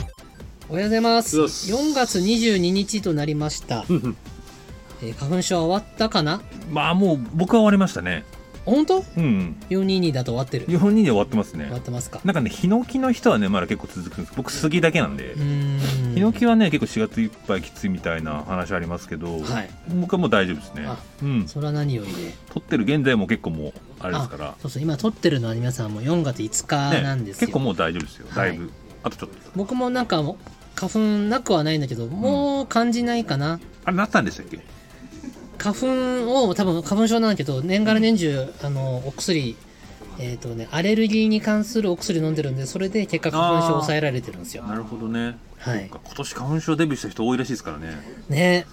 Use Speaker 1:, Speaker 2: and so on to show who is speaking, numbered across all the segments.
Speaker 1: おはようございます。
Speaker 2: おはようございます
Speaker 1: 4月22日となりました。えー花粉症終わったかな
Speaker 2: まあもう僕は終わりましたね。
Speaker 1: 本当
Speaker 2: うん。
Speaker 1: ?422 だと終わってる。
Speaker 2: 日本にで終わってますね
Speaker 1: 終わ。ってますか。
Speaker 2: なんかね、ヒノキの人はね、まだ結構続くんです。僕、杉だけなんで
Speaker 1: う。ーん。
Speaker 2: ヒノキはね、結構4月いっぱいきついみたいな話ありますけど、
Speaker 1: はい。
Speaker 2: 僕はもう大丈夫ですね
Speaker 1: あ。
Speaker 2: うん。
Speaker 1: それは何よりで。
Speaker 2: 撮ってる現在も結構もう、あれですから。
Speaker 1: そうそう、今撮ってるのは皆さんも4月5日なんですよ。
Speaker 2: 結構もう大丈夫ですよ。だいぶ。
Speaker 1: は
Speaker 2: あとちょっと。
Speaker 1: 僕もなんかも花粉なくはないんだけど、もう感じないかな。
Speaker 2: あれ、なったんでしたっけ
Speaker 1: 花粉を多分花粉症なんだけど年がら年中あのお薬えっ、とねアレルギーに関するお薬飲んでるんでそれで結果花粉症抑えられてるんですよ
Speaker 2: なるほどね。
Speaker 1: はい
Speaker 2: 今年花粉症デビューした人多いらしいですからね。
Speaker 1: ね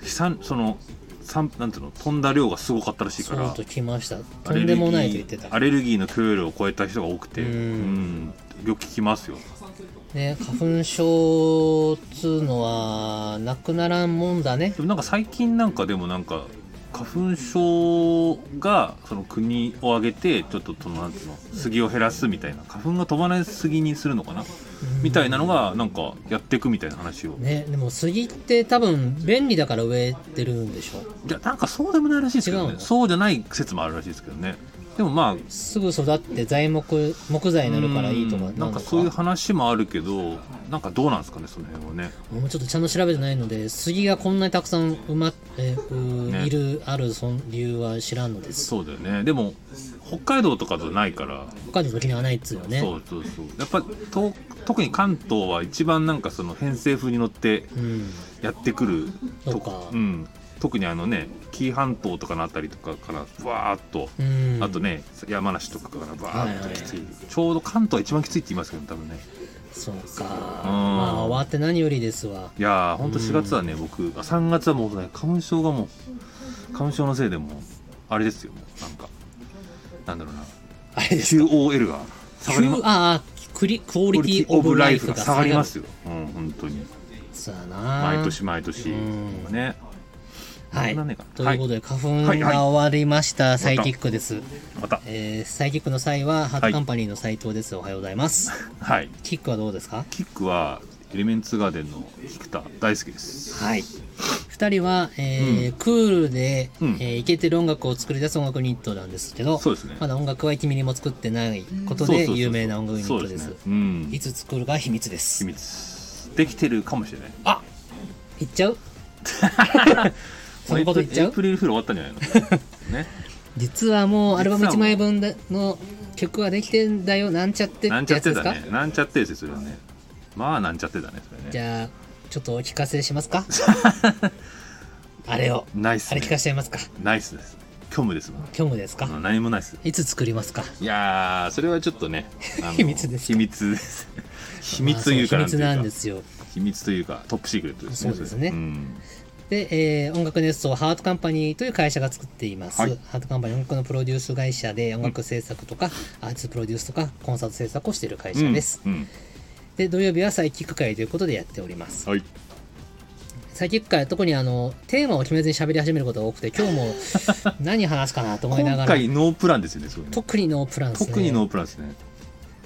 Speaker 2: 飛散、その、散なんていうの、飛んだ量がすごかったらしい
Speaker 1: そ
Speaker 2: か
Speaker 1: う
Speaker 2: ら。
Speaker 1: ときましたとんでもないと言ってた
Speaker 2: アレルギーの許容量を超えた人が多くて
Speaker 1: う
Speaker 2: うんんよく聞きますよ
Speaker 1: ね花粉症っつうのはなくならんもんだね
Speaker 2: でもなんか最近なんかでもなんか花粉症がその国を挙げてちょっとそのなんつうの杉を減らすみたいな花粉が飛ばない杉にするのかなみたいなのがなんかやっていくみたいな話を
Speaker 1: ねでも杉って多分便利だから植えてるんでしょ
Speaker 2: いやなんかそうでもないらしいですけど
Speaker 1: 違う
Speaker 2: ね
Speaker 1: の
Speaker 2: そうじゃない説もあるらしいですけどねでもまあ
Speaker 1: すぐ育って材木木材になるからいいとか
Speaker 2: うんなんかそういう話もあるけどなんかどうなんですかねその辺はね
Speaker 1: もうちょっとちゃんと調べてないので杉がこんなにたくさん埋まっ、えーうー
Speaker 2: ね
Speaker 1: いるあるその理由は知らんのです
Speaker 2: そうだよねでも北海道とかじゃないから
Speaker 1: 他の時にはないっつうよね
Speaker 2: そうそうそうやっぱと特に関東は一番なんかその偏西風に乗って
Speaker 1: うん
Speaker 2: やってくる
Speaker 1: そう
Speaker 2: と
Speaker 1: か
Speaker 2: うん、特にあのね紀伊半島とかのあたりとかからわーっと、
Speaker 1: うん
Speaker 2: あとね山梨とかからわーっときつい、
Speaker 1: は
Speaker 2: ちょうど関東は一番きついって言いますけど多分ね
Speaker 1: そうかまあ終わって何よりですわ
Speaker 2: いやーほんと4月はね、僕あ3月はもうね花粉症がもう花粉症のせいでもうあれですよもうなんかなんだろうな
Speaker 1: あれです
Speaker 2: QOL が下がりま
Speaker 1: 急ああクリクオ
Speaker 2: クオ
Speaker 1: リテ
Speaker 2: リ
Speaker 1: ィ
Speaker 2: ティ
Speaker 1: オ
Speaker 2: オブ
Speaker 1: ブラ
Speaker 2: ラ
Speaker 1: イ
Speaker 2: イ
Speaker 1: フ
Speaker 2: フ
Speaker 1: が
Speaker 2: が下がりますよ。うん、本当に。
Speaker 1: さあな
Speaker 2: 毎年毎年。
Speaker 1: うん
Speaker 2: ね。
Speaker 1: は
Speaker 2: こ
Speaker 1: い
Speaker 2: んなねか
Speaker 1: ということで、
Speaker 2: は
Speaker 1: 花粉
Speaker 2: いはい
Speaker 1: が終わりました、サイキックです、
Speaker 2: また。
Speaker 1: えーサイキックの際はハッ
Speaker 2: は
Speaker 1: ト
Speaker 2: い
Speaker 1: カンパニーの斉藤です、おはようございます
Speaker 2: はい。
Speaker 1: キックはどうですか
Speaker 2: キックは、エレメンツガーデンの菊田大好きです。
Speaker 1: はい。二人は、えークールで、
Speaker 2: うん
Speaker 1: えーイケてる音楽を作り出す音楽ユニットなんですけど、
Speaker 2: そうですね
Speaker 1: まだ音楽は1ミリも作ってないこと
Speaker 2: そうそう
Speaker 1: で
Speaker 2: そうそう
Speaker 1: 有名な音楽ユニットです。
Speaker 2: そうねうん。
Speaker 1: い
Speaker 2: 秘
Speaker 1: つ作るか秘密です。
Speaker 2: 密。できてるかもしれない。
Speaker 1: あ言っちゃ うそのこと言っちゃ
Speaker 2: エイ
Speaker 1: う
Speaker 2: プリルフール終わったんじゃないの ね。
Speaker 1: 実はもうアルバム1
Speaker 2: 実はもう
Speaker 1: 枚分だの曲はできてんだよ、なんちゃって
Speaker 2: なん
Speaker 1: っ
Speaker 2: ち
Speaker 1: て
Speaker 2: ゃっ
Speaker 1: やつ
Speaker 2: て
Speaker 1: ですか、
Speaker 2: だね。なんちゃってですよ、それはね。まあ、なんちゃってだね、それ
Speaker 1: じ
Speaker 2: ね。
Speaker 1: ゃあ、ちょっとお聞かせします かあれを、
Speaker 2: ナイス
Speaker 1: あれ聞か
Speaker 2: ね。
Speaker 1: せちゃいますか
Speaker 2: ナイスです。虚無ですもん。
Speaker 1: 虚無ですか、
Speaker 2: うん何もないです。
Speaker 1: いつ作りますか
Speaker 2: いやー、それはちょっ とね、あの
Speaker 1: 秘密ですか
Speaker 2: 秘 密です。秘密というか
Speaker 1: ま
Speaker 2: な
Speaker 1: あ
Speaker 2: ん
Speaker 1: そう秘密なん
Speaker 2: ていうか
Speaker 1: ですよ。
Speaker 2: 秘密というか、トップシークレットですね。
Speaker 1: そうですね
Speaker 2: れん
Speaker 1: で、えー音楽熱奏ハートカンパニーという会社が作っています、
Speaker 2: はい
Speaker 1: ハートカンパニー音楽のプロデュース会社で音楽制作とか、アーティストプロデュースとかコンサート制作をしている会社です、
Speaker 2: うんうん
Speaker 1: で土曜日はサイキック会ということでやっております
Speaker 2: はい。
Speaker 1: サイキック会は特にあのテーマを決めずに喋り始めることが多くて今日 も何話すかなと思いな
Speaker 2: 今
Speaker 1: がら
Speaker 2: 回、ノープランですよね、すごいね
Speaker 1: 特にノープランですね
Speaker 2: 特にノープランですね。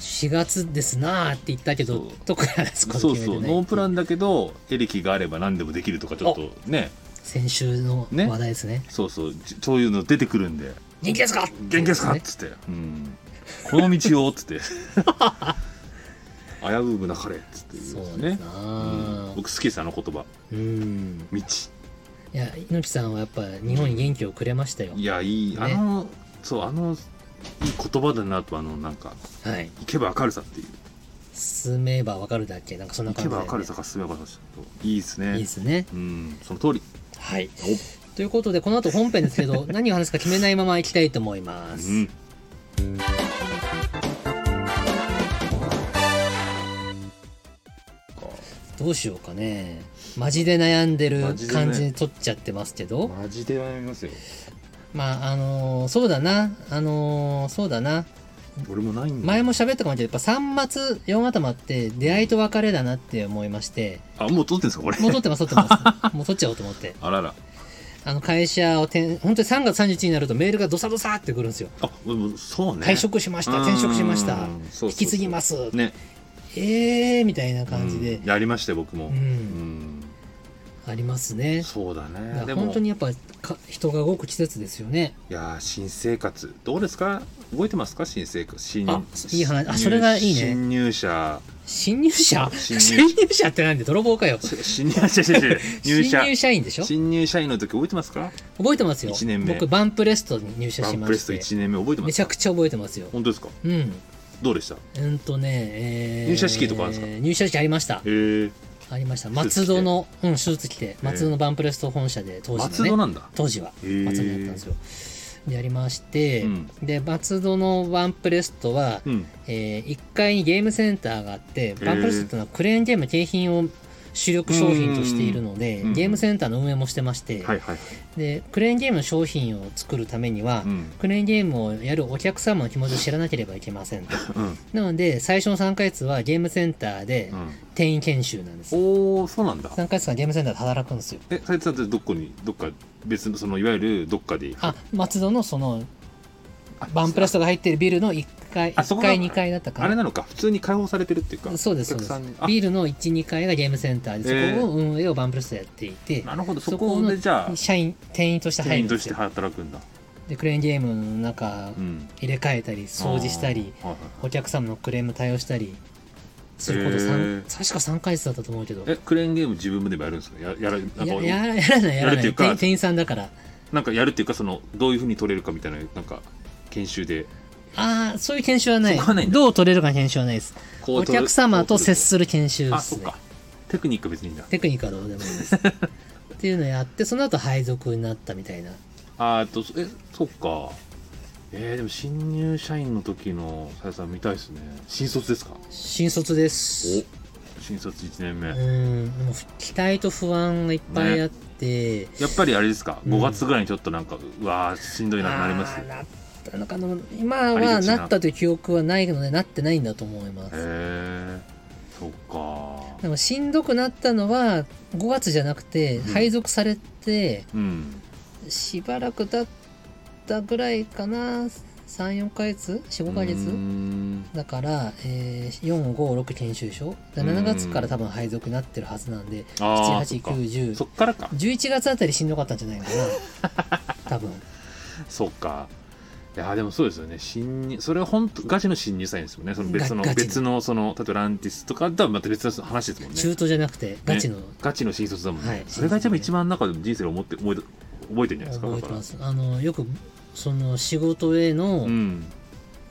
Speaker 1: 4月ですなーって言ったけど
Speaker 2: そう
Speaker 1: 特に話すこ
Speaker 2: そ
Speaker 1: と
Speaker 2: う
Speaker 1: 決め
Speaker 2: そ
Speaker 1: て
Speaker 2: う、
Speaker 1: な
Speaker 2: ノー
Speaker 1: い
Speaker 2: プランだけど、エレキがあれば何でもできるとか、ちょっとね、
Speaker 1: 先週の
Speaker 2: ね
Speaker 1: 話題ですね
Speaker 2: そうそう、じそういうの出てくるんで、
Speaker 1: 元気ですか
Speaker 2: 元気ですかっ
Speaker 1: ね
Speaker 2: つって、うんこの道をっつって、危うぶなかれっつって
Speaker 1: そ
Speaker 2: 言
Speaker 1: う
Speaker 2: うん
Speaker 1: で
Speaker 2: ですすね。
Speaker 1: な
Speaker 2: うん
Speaker 1: ー
Speaker 2: 僕好きです、あの言葉。
Speaker 1: うん
Speaker 2: 道。
Speaker 1: いや猪木さんはやっぱ日本に元気をくれましたよ、
Speaker 2: いや、い
Speaker 1: ね
Speaker 2: い、あの、そう、あの、いい言葉だなと、あの、なんか、
Speaker 1: はい
Speaker 2: 行けば明るさっていう。
Speaker 1: 進めばわかるだっけなんかそんな
Speaker 2: 行
Speaker 1: 感じ
Speaker 2: け
Speaker 1: で、
Speaker 2: ば明るさが進めばさいいですね
Speaker 1: いいですね
Speaker 2: うんその通り
Speaker 1: はいということでこの後本編ですけ ど何を話すか決めないまま行きたいと思います、
Speaker 2: うん
Speaker 1: どうしようかねマジで悩んでる
Speaker 2: マジでね
Speaker 1: 感じに取っちゃってますけど、
Speaker 2: マジで悩みますよ
Speaker 1: まああのーそうだなあのーそうだな
Speaker 2: 俺もないんだ
Speaker 1: 前も喋ったかもしれないけどやっぱ3末4頭って出会いと別れだなって思いまして
Speaker 2: あもう撮ってんすかこれ
Speaker 1: もう撮ってます撮ってます もう撮っちゃおうと思って
Speaker 2: あらら
Speaker 1: あの会社を転本当に3月31日になるとメールがドサドサってくるんですよ
Speaker 2: あでもそうね
Speaker 1: 退職しました
Speaker 2: うん
Speaker 1: 転職しました
Speaker 2: うんそうそうそう
Speaker 1: 引き継ぎます
Speaker 2: ね
Speaker 1: えーみたいな感じで
Speaker 2: うん、やりまして僕も、
Speaker 1: うんあります
Speaker 2: うん
Speaker 1: ね。
Speaker 2: そうだね
Speaker 1: だか
Speaker 2: で
Speaker 1: ら
Speaker 2: も
Speaker 1: 本当にやっぱか人が動く季節ですよね。
Speaker 2: いやー新生活どうですか覚えてますか新生活新
Speaker 1: あいい話あ
Speaker 2: 入
Speaker 1: それがいいね
Speaker 2: 新入社
Speaker 1: 侵入者
Speaker 2: 侵
Speaker 1: 侵
Speaker 2: 入
Speaker 1: 入
Speaker 2: 者
Speaker 1: 者ってなんで泥棒かよ。
Speaker 2: 新入社入
Speaker 1: 新
Speaker 2: 社
Speaker 1: 入社員でしょ
Speaker 2: 新入社員の時覚えてますか
Speaker 1: 覚えてますよ
Speaker 2: 一年目
Speaker 1: 僕バンプレストに入社
Speaker 2: バ
Speaker 1: し
Speaker 2: ン
Speaker 1: ま
Speaker 2: プレス
Speaker 1: し
Speaker 2: ト
Speaker 1: て
Speaker 2: 1年目覚えてま
Speaker 1: め
Speaker 2: す
Speaker 1: ちゃくちゃ覚えてますよ
Speaker 2: 本当ですか
Speaker 1: うん
Speaker 2: どうでしたへ
Speaker 1: うんとね、えー
Speaker 2: 入社式とかあるんです
Speaker 1: 入社式ありました
Speaker 2: え
Speaker 1: ありました
Speaker 2: スー
Speaker 1: 松
Speaker 2: ツ着て
Speaker 1: 戸のうんスーツ着て松戸のバンプレスト本社で当時のね
Speaker 2: 松戸なんだ
Speaker 1: 当時は
Speaker 2: へー
Speaker 1: 松戸にあったんですよでやりまして、
Speaker 2: うん
Speaker 1: で松戸のバンプレストは、
Speaker 2: うん
Speaker 1: え1階にゲームセンターがあって
Speaker 2: ー
Speaker 1: バンプレストっていうのはクレーンゲーム景品を主力商品としているので
Speaker 2: うんうん
Speaker 1: ゲームセンターの運営もしてまして、
Speaker 2: はいはい
Speaker 1: でクレーンゲームの商品を作るためには、
Speaker 2: うん
Speaker 1: クレーンゲームをやるお客様の気持ちを知らなければいけませんと
Speaker 2: うん
Speaker 1: なので最初の3ヶ月はゲームセンターで
Speaker 2: うん
Speaker 1: 店員研修なんです
Speaker 2: おおそうなんだ
Speaker 1: 3ヶ月間ゲームセンターで働くんですよ
Speaker 2: え斉藤さんってどこにどっか別のそのいわゆるどっかで
Speaker 1: あ松戸のその
Speaker 2: あ
Speaker 1: バンプラストが入ってるビルの1階
Speaker 2: あそこ
Speaker 1: 1
Speaker 2: が
Speaker 1: 階2階だったか
Speaker 2: あれ
Speaker 1: ら
Speaker 2: なのか普通に開放されてるっていうか
Speaker 1: そうです
Speaker 2: お
Speaker 1: そうで
Speaker 2: 客さ
Speaker 1: す
Speaker 2: んにあ
Speaker 1: ビルの12階がゲームセンターでそ
Speaker 2: えー
Speaker 1: こを運営をバンプラストでやっていて
Speaker 2: なるほどそ
Speaker 1: そ
Speaker 2: こ
Speaker 1: こ
Speaker 2: でじゃ
Speaker 1: の社員店員として
Speaker 2: あ
Speaker 1: 入る
Speaker 2: 店員
Speaker 1: ん
Speaker 2: と
Speaker 1: で
Speaker 2: し
Speaker 1: す
Speaker 2: て
Speaker 1: よ
Speaker 2: 働くんだ
Speaker 1: でクレーンゲームの中
Speaker 2: うん
Speaker 1: 入れ替えたり掃除したり
Speaker 2: あーはいはい
Speaker 1: お客様のクレーム対応したりすること
Speaker 2: へ
Speaker 1: 3
Speaker 2: ー
Speaker 1: 確か3回月だったと思うけど
Speaker 2: えクレーンゲーム自分でもやるんですかややらなんか
Speaker 1: ややらやらないやら
Speaker 2: やるっ
Speaker 1: な
Speaker 2: ていう
Speaker 1: い
Speaker 2: か
Speaker 1: 店店員さんだから
Speaker 2: なんかやるっていうかそのどういうふうに取れるかみたいななんか研修で
Speaker 1: ああそういう研修はな
Speaker 2: そ
Speaker 1: い
Speaker 2: こはないんだ
Speaker 1: どう取れるかの研修はないです
Speaker 2: こ
Speaker 1: お
Speaker 2: う取る
Speaker 1: 客様と接
Speaker 2: こ
Speaker 1: する研修
Speaker 2: う取る
Speaker 1: で
Speaker 2: あ
Speaker 1: す
Speaker 2: そっ
Speaker 1: ね
Speaker 2: かテクニックは別にいいんだ
Speaker 1: テクニックはどうでもいいですっていうのをやってその後配属になったみたいな
Speaker 2: あーっとえそっかえー、でも新入社員の時のさやさん見たいですね新卒ですか
Speaker 1: 新卒です
Speaker 2: 新卒1年
Speaker 1: う
Speaker 2: 目、や
Speaker 1: んもう期待と不安がいっぱいあって、
Speaker 2: っぱりあれですか
Speaker 1: うん
Speaker 2: 5月ぐらいにちょっとなんか、うわーしんどいなってなります
Speaker 1: あーなったのかな今は
Speaker 2: ありがちな
Speaker 1: なったという記憶はないのでなってないんだと思います
Speaker 2: へえそっか
Speaker 1: でもしんどくなったのは5月じゃなくて
Speaker 2: うん
Speaker 1: 配属されて
Speaker 2: うん
Speaker 1: しばらく経ったぐらいかな34ヶ月45ヶ
Speaker 2: うー
Speaker 1: 月
Speaker 2: ん
Speaker 1: だから、えー、456研修所だから
Speaker 2: う
Speaker 1: 7
Speaker 2: ん
Speaker 1: 月から多分配属になってるはずなんで
Speaker 2: ああそっかそ
Speaker 1: 7891011
Speaker 2: っからか
Speaker 1: 月あたりしんどかったんじゃないか な多分
Speaker 2: そうか。いやでもそうですよね。新入それは本当ガチの新入社員ですもんね。その別の
Speaker 1: ガガチの
Speaker 2: 別のその例えばランティスとかとはまた別の話ですもんね。
Speaker 1: 中途じゃなくてガチの
Speaker 2: ガチの新卒だもんね。
Speaker 1: はい
Speaker 2: それが一番一番中でも人生を思って覚えて覚えてるんじゃないですか。。
Speaker 1: 覚えてますすあのよくその仕事への
Speaker 2: うん。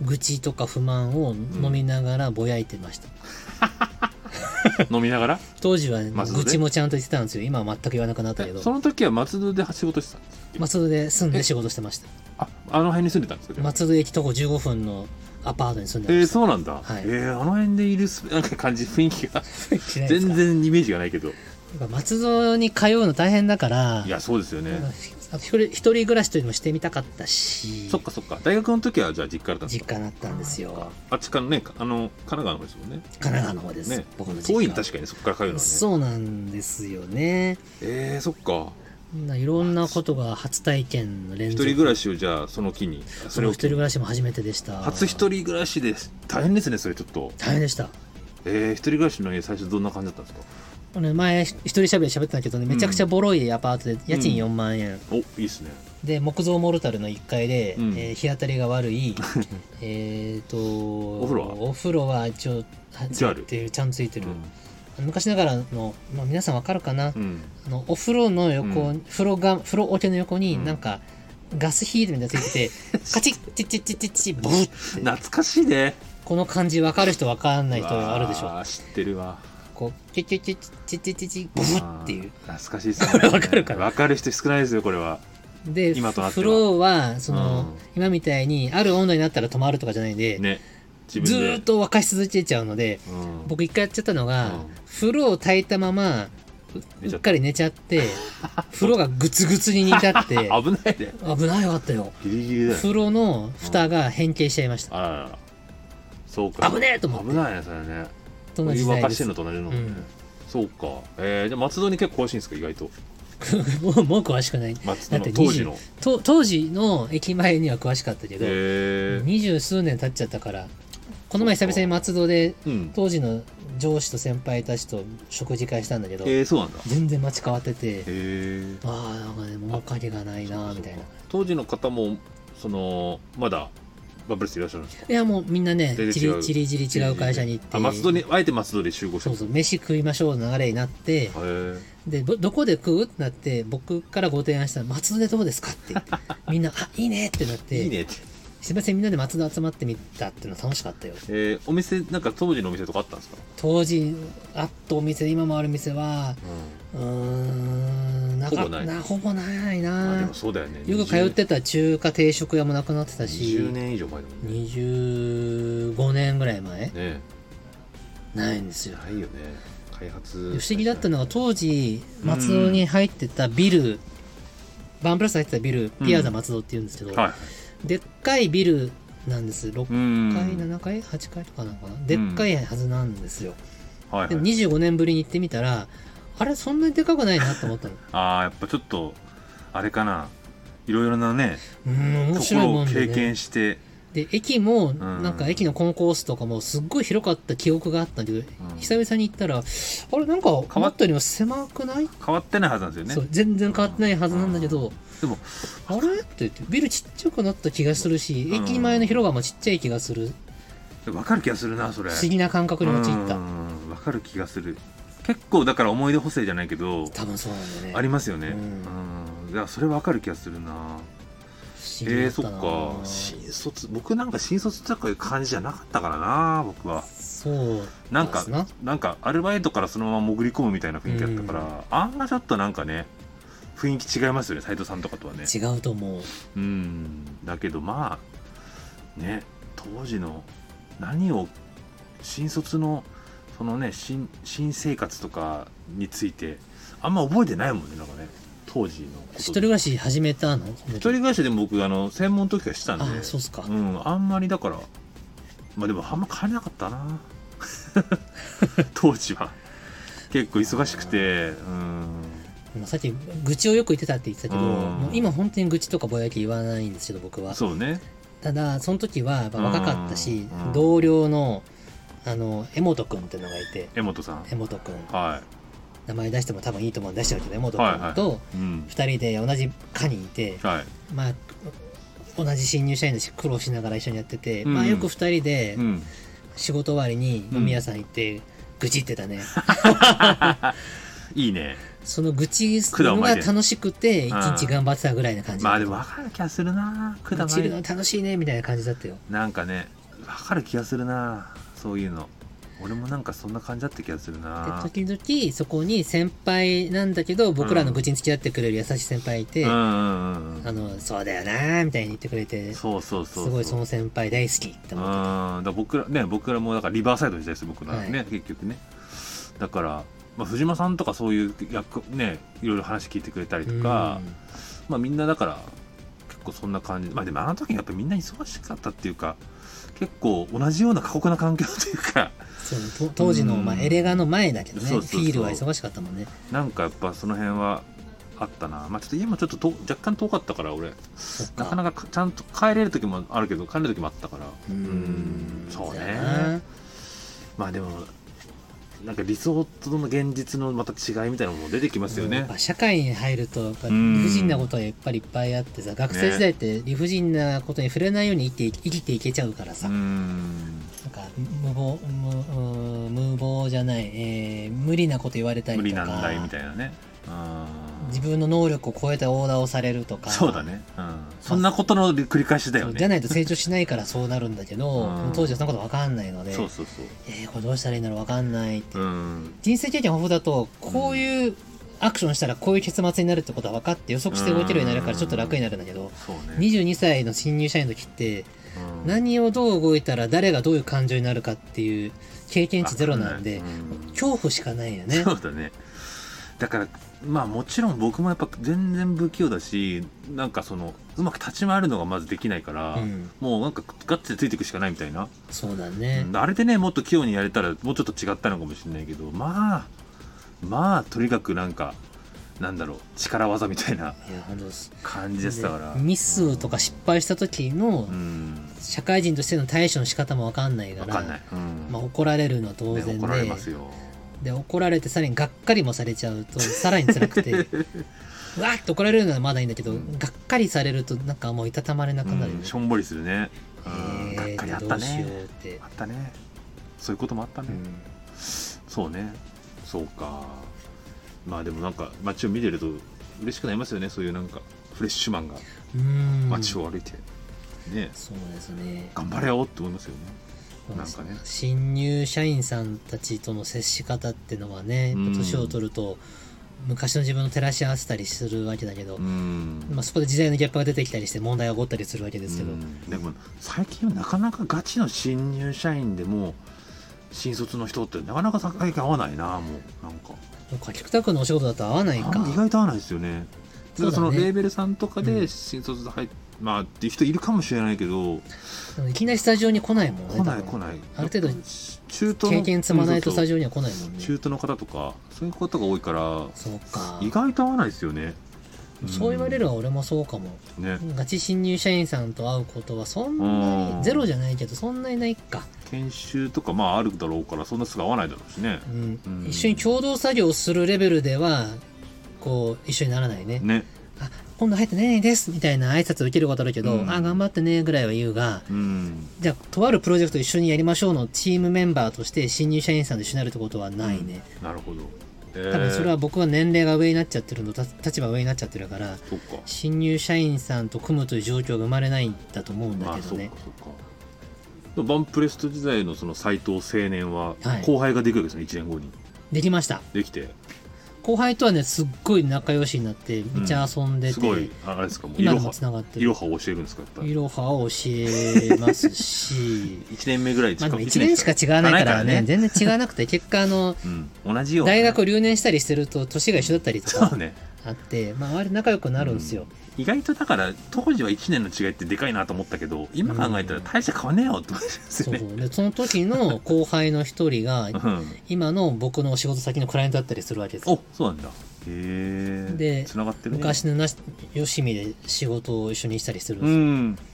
Speaker 1: 愚痴とか不満を飲みながらぼやいてました、
Speaker 2: 飲みながら。
Speaker 1: 当時はね
Speaker 2: 松戸で
Speaker 1: 愚痴もちゃんと言ってたんですよ今は全く言わなくなったけど
Speaker 2: えその時は松戸で仕事してたんですか。
Speaker 1: 松戸で住んで仕事してました
Speaker 2: ああの辺に住んでたんですか。でも
Speaker 1: 松戸駅徒歩15分のアパートに住ん
Speaker 2: え
Speaker 1: で
Speaker 2: ー、
Speaker 1: ました、
Speaker 2: そうなんだ。
Speaker 1: はい
Speaker 2: えー、あの辺でいるスなんか感じ雰囲気が
Speaker 1: し ないですか
Speaker 2: 全然イメージがないけど。
Speaker 1: なんか松戸に通うの大変だから
Speaker 2: いやそうですよね。
Speaker 1: なんかひ一人一人暮らしというのもしてみたかったし
Speaker 2: そっかそっか。大学の時はじゃあ実家だったんですか。
Speaker 1: 実家だったんですよ
Speaker 2: あっちからねかあの神奈川の方ですもんね。
Speaker 1: 神奈川の方です、
Speaker 2: ね
Speaker 1: 僕の実家
Speaker 2: 遠いん確かにそこから通うのはね
Speaker 1: そうなんですよね
Speaker 2: えー、そっか
Speaker 1: ないろんなことが初体験の連
Speaker 2: 一
Speaker 1: 続
Speaker 2: 人暮らしをじゃあその機にそ
Speaker 1: そ
Speaker 2: れ
Speaker 1: の
Speaker 2: を
Speaker 1: 一人暮らしも初めてでした
Speaker 2: 初一人暮らしです大変ですねそれちょっと
Speaker 1: 大変でした
Speaker 2: えー、一人暮らしの家最初どんな感じだったんですか
Speaker 1: 俺前一人喋り喋ってたけどねめちゃくちゃボロいアパートで家賃4万円、
Speaker 2: おいいっすね
Speaker 1: で木造モルタルの1階で、
Speaker 2: うん
Speaker 1: えー日当たりが悪 いえっとお
Speaker 2: 風呂は
Speaker 1: お風呂は一応は
Speaker 2: 一応ある
Speaker 1: ついてるちゃんとついてる、
Speaker 2: う
Speaker 1: 昔ながらの、まあ、皆さんわかるかな、
Speaker 2: ん、うん、
Speaker 1: あのお風呂の横、
Speaker 2: う
Speaker 1: 風呂が風呂桶の横
Speaker 2: う
Speaker 1: に
Speaker 2: ん
Speaker 1: なんか、ガスヒーターみたいなのついててカチッチッチッチッチッチッボッ
Speaker 2: 懐かしいね
Speaker 1: この感じわかる人わかんない人あるでしょ
Speaker 2: うわー知ってるわ
Speaker 1: こうチッチッチッチッチッチッチッボッっていう
Speaker 2: あー懐かしいっす ね
Speaker 1: わかるかな
Speaker 2: わかる人少ないですよこれは
Speaker 1: で
Speaker 2: 今となって
Speaker 1: 風
Speaker 2: は
Speaker 1: 呂はその、
Speaker 2: うん
Speaker 1: 今みたいにある温度になったら止まるとかじゃないんで、
Speaker 2: ね自
Speaker 1: ず
Speaker 2: 分で
Speaker 1: ーっ、と沸かし続けちゃうので
Speaker 2: うん、
Speaker 1: 僕一回やっちゃったのが、
Speaker 2: うん
Speaker 1: 風呂を炊いたまま
Speaker 2: 寝
Speaker 1: う
Speaker 2: ちゃった
Speaker 1: っかり寝ちゃって風呂がグツグツに煮立って
Speaker 2: 危ないね
Speaker 1: 危ないわあったよ
Speaker 2: ギリギリだよ
Speaker 1: 風呂の蓋が変形しちゃいました、
Speaker 2: あらららそうか
Speaker 1: 危ねえと思って
Speaker 2: 危ないねそれね
Speaker 1: そん
Speaker 2: お
Speaker 1: な
Speaker 2: 湯
Speaker 1: 時
Speaker 2: 沸
Speaker 1: 代
Speaker 2: か
Speaker 1: で
Speaker 2: して
Speaker 1: す
Speaker 2: ん
Speaker 1: も
Speaker 2: のと同じなの
Speaker 1: う
Speaker 2: ね、
Speaker 1: ん
Speaker 2: そうかえー、じゃあ松戸に結構詳しいんですか意外と
Speaker 1: う もう詳しくない
Speaker 2: 松戸
Speaker 1: だっ
Speaker 2: の
Speaker 1: て
Speaker 2: 当時の
Speaker 1: 20と当時の駅前には詳しかったけど
Speaker 2: え
Speaker 1: 二十数年経っちゃったからこの前久々に松戸で
Speaker 2: ー、うん
Speaker 1: 当時の上司と先輩たちと食事会したんだけど、
Speaker 2: えー、そうなんだへ
Speaker 1: 全然街変わってて、
Speaker 2: え
Speaker 1: ああ、なんかね、物陰がないなーみたいな。
Speaker 2: 当時の方もそのまだバブルスいらっしゃるんですか
Speaker 1: いや、もうみんなね、
Speaker 2: 全
Speaker 1: ち
Speaker 2: 然違
Speaker 1: り
Speaker 2: う
Speaker 1: ちりじり違う会社に行って、
Speaker 2: あ松戸にあえて松戸で集合し
Speaker 1: そ
Speaker 2: た
Speaker 1: う
Speaker 2: んです
Speaker 1: そう、飯食いましょうの流れになって、
Speaker 2: へえ
Speaker 1: でどどこで食うってなって僕からご提案したら「松戸でどうですか?」っ て言ってみんな「あいいね」ってなって
Speaker 2: いいねって、
Speaker 1: すいませんみんなで松戸集まってみたっていうの楽しかったよ
Speaker 2: えー、お店なんか当時のお店とかあったんですか、
Speaker 1: 当時あったお店今もある店はうーんなか
Speaker 2: ほぼない
Speaker 1: なほぼない
Speaker 2: あで
Speaker 1: な
Speaker 2: もそうだよね
Speaker 1: よく通ってた中華定食屋もなくなってたし
Speaker 2: 20年以上前だもんね
Speaker 1: 25年ぐらい前
Speaker 2: ね
Speaker 1: ないんですよ
Speaker 2: ないよね開発
Speaker 1: 不思議だった
Speaker 2: の
Speaker 1: のが当時松戸に入ってたビルバンプラス入ってたビルピアザ松戸っていうんですけど、
Speaker 2: はい
Speaker 1: でっかいビルなんです6
Speaker 2: う
Speaker 1: 階、
Speaker 2: ん
Speaker 1: 7階8階とかなのかなでっかいはずなんですよ、
Speaker 2: はい、
Speaker 1: で
Speaker 2: はい、
Speaker 1: 25年ぶりに行ってみたらあれそんなにでかくないなと思ったの
Speaker 2: ああやっぱちょっとあれかないろいろなね
Speaker 1: うん面白い
Speaker 2: とこ
Speaker 1: も
Speaker 2: ろを
Speaker 1: ん
Speaker 2: 経
Speaker 1: でね
Speaker 2: 験して、
Speaker 1: で駅も
Speaker 2: ん
Speaker 1: なんか駅のコンコースとかもすっごい広かった記憶があったんだけど
Speaker 2: うん
Speaker 1: 久々に行ったらあれなんか思ったよりも狭くない、
Speaker 2: 変わってないはずなんです
Speaker 1: そ
Speaker 2: よ
Speaker 1: う
Speaker 2: ね
Speaker 1: 全然変わってないはずなんだけど、
Speaker 2: でも
Speaker 1: あれって言ってビルちっちゃくなった気がするし
Speaker 2: うん
Speaker 1: 駅前の広場もちっちゃい気がする
Speaker 2: 分かる気がするなそれ
Speaker 1: 不思議な感覚に陥った
Speaker 2: うん分かる気がする結構だから思い出補正じゃないけど
Speaker 1: 多分そうなんだよね
Speaker 2: ありますよね
Speaker 1: う
Speaker 2: うんんいやそれ分かる気がするな
Speaker 1: 不思議だ
Speaker 2: えー、
Speaker 1: った
Speaker 2: そ
Speaker 1: な
Speaker 2: っか新卒僕なんか新卒とかいう感じじゃなかったからな僕は
Speaker 1: そう
Speaker 2: なんか
Speaker 1: そうです
Speaker 2: なんかアルバイトからそのまま潜り込むみたいな雰囲気だったから、あんなちょっとなんかね雰囲気違いますよね斉藤さんとかとはね
Speaker 1: な違うと思う
Speaker 2: うんだけどまあね当時の何を新卒のそのね新新生活とかについてあんま覚えてないもんねなんかね当時のこと
Speaker 1: 一人暮らし始めたの
Speaker 2: 一人暮らしでも僕あの専門の時からしてたんで
Speaker 1: あそうっすか、
Speaker 2: うん、あんまりだからまあでもあんま帰れなかったな 当時は結構忙しくてうん
Speaker 1: まあさっき愚痴をよく言ってたって言ってたけど、
Speaker 2: うん
Speaker 1: もう今本当に愚痴とかぼやき言わないんですけど僕は
Speaker 2: そうね
Speaker 1: ただその時はやっぱ若かったし、
Speaker 2: うん
Speaker 1: 同僚のあの江本君っていうのがいて
Speaker 2: 江本さん
Speaker 1: 江本君
Speaker 2: は
Speaker 1: 名前出しても多分いいと思うんで出しちゃうけど江本君と、
Speaker 2: はいはいう
Speaker 1: 2
Speaker 2: ん
Speaker 1: 人で同じ課にいて、
Speaker 2: はい
Speaker 1: まあ、同じ新入社員だし苦労しながら一緒にやってて、
Speaker 2: うん
Speaker 1: まあ、よく2人で
Speaker 2: うん
Speaker 1: 仕事終わりに飲み屋さん行って愚痴ってた ね、
Speaker 2: いいね
Speaker 1: その愚痴するのが楽しくて一日頑張ってたぐらいな感じ
Speaker 2: まあでも分かる気がするなくだ
Speaker 1: 愚
Speaker 2: ま
Speaker 1: 痴るの楽しいねみたいな感じだったよ
Speaker 2: なんかね分かる気がするなそういうの俺もなんかそんな感じだった気がするな
Speaker 1: で時々そこに先輩なんだけど僕らの愚痴に付き合ってくれる優しい先輩いて、
Speaker 2: うんう
Speaker 1: あ
Speaker 2: んうんうん
Speaker 1: のそうだよなーみたいに言ってくれて
Speaker 2: そうそうそう
Speaker 1: すごいその先輩大好きって思って
Speaker 2: あーだから僕らね僕らもだからリバーサイドの時代です僕らはね、
Speaker 1: は
Speaker 2: 結局ねだから、まあ、藤間さんとかそういう役ねいろいろ話聞いてくれたりとか、まあみんなだから結構そんな感じまあでもあの時やっぱみんな忙しかったっていうか結構同じような過酷な環境というか
Speaker 1: そうと当時の、まあ、
Speaker 2: うん
Speaker 1: エレガの前だけどね
Speaker 2: そうそうそう
Speaker 1: フィールは忙しかったもんね
Speaker 2: なんかやっぱその辺はあったなまあちょっと家もちょっとと若干遠かったから俺
Speaker 1: そっ
Speaker 2: なかなかちゃんと帰れる時もあるけど帰れる時もあったから
Speaker 1: うーん
Speaker 2: うんそう
Speaker 1: だよな
Speaker 2: ねまあでもなんか理想との現実のまた違いみたいなのも出てきますよ
Speaker 1: や
Speaker 2: ね
Speaker 1: っ。ぱ社会に入るとやっぱ
Speaker 2: う
Speaker 1: 理
Speaker 2: ん
Speaker 1: 不尽なことはやっぱりいっぱいあってさ学生時代って理不尽なことに触れないように生きて生きていけちゃうから
Speaker 2: う
Speaker 1: さ、なん
Speaker 2: ん
Speaker 1: か無謀無うーん無謀じゃない、えー無理なこと言われたり
Speaker 2: 無
Speaker 1: と
Speaker 2: 理
Speaker 1: か
Speaker 2: 難題みたいなね。うん
Speaker 1: 自分の能力を超えたオーダーをされるとか
Speaker 2: そうだね、うん。そんなことの繰り返しだよ
Speaker 1: そう
Speaker 2: ね。
Speaker 1: じゃないと成長しないからそうなるんだけど
Speaker 2: うん
Speaker 1: 当時はそんなこと分かんないので
Speaker 2: そうそうそ
Speaker 1: えーこれどうしたらいいんだろう分かんないって
Speaker 2: う。うん。
Speaker 1: 人生経験豊富だとこういうアクションしたらこういう結末になるってことは分かって予測して動けるようになるからちょっと楽になるんだけど
Speaker 2: そうね。
Speaker 1: 22歳の新入社員の時って
Speaker 2: うん
Speaker 1: 何をどう動いたら誰がどういう感情になるかっていう経験値ゼロなんで
Speaker 2: わかんない
Speaker 1: 恐怖しかないよ
Speaker 2: うん
Speaker 1: ね
Speaker 2: そうだね。だからまあもちろん僕もやっぱ全然不器用だしなんかそのうまく立ち回るのがまずできないから、
Speaker 1: うん
Speaker 2: もうなんかガッツでついていくしかないみたいな
Speaker 1: そうだね
Speaker 2: うんあれでねもっと器用にやれたらもうちょっと違ったのかもしれないけどまあまあとにかくなんかなんだろう力技みたいない
Speaker 1: や本当です
Speaker 2: 感じでしたから
Speaker 1: でミスとか失敗した時の
Speaker 2: うん
Speaker 1: 社会人としての対処の仕方も分かんないから
Speaker 2: 分かんない、うん
Speaker 1: まあ、怒られるのは当
Speaker 2: ね
Speaker 1: 然で,、
Speaker 2: 怒られますよ
Speaker 1: で怒られてさらにがっかりもされちゃうとさらに辛 くてうわーって怒られるのはまだいいんだけど、
Speaker 2: うん
Speaker 1: がっかりされるとなんかもういたたまれなくなるよ
Speaker 2: う
Speaker 1: ね
Speaker 2: ん、しょんぼりするね、うん
Speaker 1: え
Speaker 2: がっ
Speaker 1: ー
Speaker 2: かりあっ
Speaker 1: ど
Speaker 2: た
Speaker 1: うしよう
Speaker 2: ね
Speaker 1: って
Speaker 2: あったねそういうこともあったね、
Speaker 1: うん
Speaker 2: そうねそうかまあでもなんか街を見てると嬉しくなりますよねそういうなんかフレッシュマンが
Speaker 1: うん
Speaker 2: 街を歩いて、ね
Speaker 1: そうですね
Speaker 2: 頑張れよって思いますよねなんかね
Speaker 1: 新入社員さんたちとの接し方ってのはねやっぱ年を取ると昔の自分を照らし合わせたりするわけだけど、
Speaker 2: うん
Speaker 1: まあ、そこで時代のギャップが出てきたりして問題が起こったりするわけですけど、
Speaker 2: うんでも最近はなかなかガチの新入社員でも新卒の人ってなかなか境が合わないなもうなんか
Speaker 1: か菊田君のお仕事だと合わないか
Speaker 2: あんま意外と合わないですよねだからその
Speaker 1: そうだね
Speaker 2: レーベルさんとかで新卒で入っまあっていう人いるかもしれないけど
Speaker 1: いきなりスタジオに来ないもんね
Speaker 2: 来な
Speaker 1: 多
Speaker 2: い来
Speaker 1: 分
Speaker 2: ない
Speaker 1: ある程度
Speaker 2: 中東
Speaker 1: 経験積まないとスタ
Speaker 2: ジ
Speaker 1: ジオには来ないもんね
Speaker 2: 中東の方とかそういう方が多いから
Speaker 1: そうか
Speaker 2: 意外と合わないですよね
Speaker 1: そう言われれば俺もそうかも
Speaker 2: うんね
Speaker 1: ガチ新入社員さんと会うことはそんな
Speaker 2: う
Speaker 1: に
Speaker 2: ん
Speaker 1: ゼロじゃないけどそんなにないか、
Speaker 2: 研修とかまああるだろうからそんなすぐ合わないだろうしね
Speaker 1: うん
Speaker 2: うん
Speaker 1: 一緒に共同作業をするレベルではこう一緒にならないね
Speaker 2: ね
Speaker 1: あ今度入ってねですみたいな挨拶を受けることあるけど、
Speaker 2: うん
Speaker 1: あ頑張ってねぐらいは言うが
Speaker 2: うん
Speaker 1: じゃあとあるプロジェクト一緒にやりましょうのチームメンバーとして新入社員さんと一緒になるってことはないね、
Speaker 2: なるほど
Speaker 1: 多分それは僕は年齢が上になっちゃってるのた立場が上になっちゃってるから
Speaker 2: そっか
Speaker 1: 新入社員さんと組むという状況が生まれないんだと思うんだ
Speaker 2: ま
Speaker 1: け
Speaker 2: あ
Speaker 1: ど
Speaker 2: そっ
Speaker 1: ね
Speaker 2: か、そっかでもバンプレスト時代のその斎藤青年は
Speaker 1: はい
Speaker 2: 後輩ができるわけですね、1年後に
Speaker 1: できました
Speaker 2: できて
Speaker 1: 後輩とはねすっごい仲良しになってめっちゃ遊んでて、
Speaker 2: すごいああれですかもうい
Speaker 1: 今
Speaker 2: ろ
Speaker 1: でも
Speaker 2: は
Speaker 1: つながって
Speaker 2: い
Speaker 1: る
Speaker 2: ろはを教えるんですかやっぱ
Speaker 1: い
Speaker 2: り
Speaker 1: ろはを教えますし
Speaker 2: 1年目ぐらい
Speaker 1: まあでも
Speaker 2: 一
Speaker 1: 1年しか違わないからね
Speaker 2: 違わ
Speaker 1: 全然違わなくて結果あの
Speaker 2: うん、同じような
Speaker 1: 大学を留年したりしてると年が一緒だったりと
Speaker 2: そう
Speaker 1: か
Speaker 2: ね
Speaker 1: あって、まあ割と仲良くなるんですよ、
Speaker 2: 意外とだから当時は1年の違いってでかいなと思ったけど今考えたら大して変わんねえよって 思います
Speaker 1: そ
Speaker 2: よ
Speaker 1: う
Speaker 2: ね
Speaker 1: そうでその時の後輩の一人が
Speaker 2: うん
Speaker 1: 今の僕のお仕事先のクライアントだったりするわけですよ
Speaker 2: おそうなんだへえ
Speaker 1: で
Speaker 2: つながってるね
Speaker 1: 昔のなし吉見で仕事を一緒にしたりするん
Speaker 2: う
Speaker 1: ですよ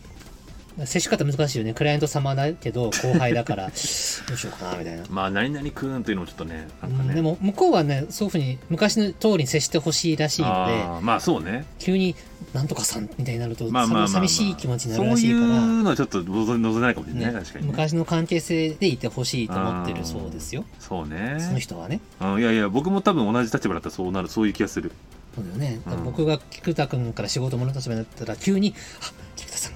Speaker 2: ん
Speaker 1: 接し方難しいよねクライアント様だけど後輩だから どうしようかなみたいな
Speaker 2: まあ何々くんというのもちょっとねなんか
Speaker 1: うん
Speaker 2: ね
Speaker 1: でも向こうはねそういうふうに昔の通りに接してほしいらしいので
Speaker 2: あーまあそうね
Speaker 1: 急に「なんとかさん」みたいになると
Speaker 2: まあまあまあまあ
Speaker 1: 寂寂しい気持ちになるらしいか
Speaker 2: そう
Speaker 1: ら
Speaker 2: いうのはちょっと望ん望んでないかもしれない、
Speaker 1: ね
Speaker 2: 確かに、ね、
Speaker 1: 昔の関係性でいてほしいと思ってるそうですよ
Speaker 2: そ
Speaker 1: その
Speaker 2: うね
Speaker 1: 人はね
Speaker 2: うんいやいや僕も多分同じ立場だったらそうなるそういう気がする
Speaker 1: そうだよね、
Speaker 2: うん
Speaker 1: 僕が菊田君から仕事もらった立場になったら急に「あ菊田 さん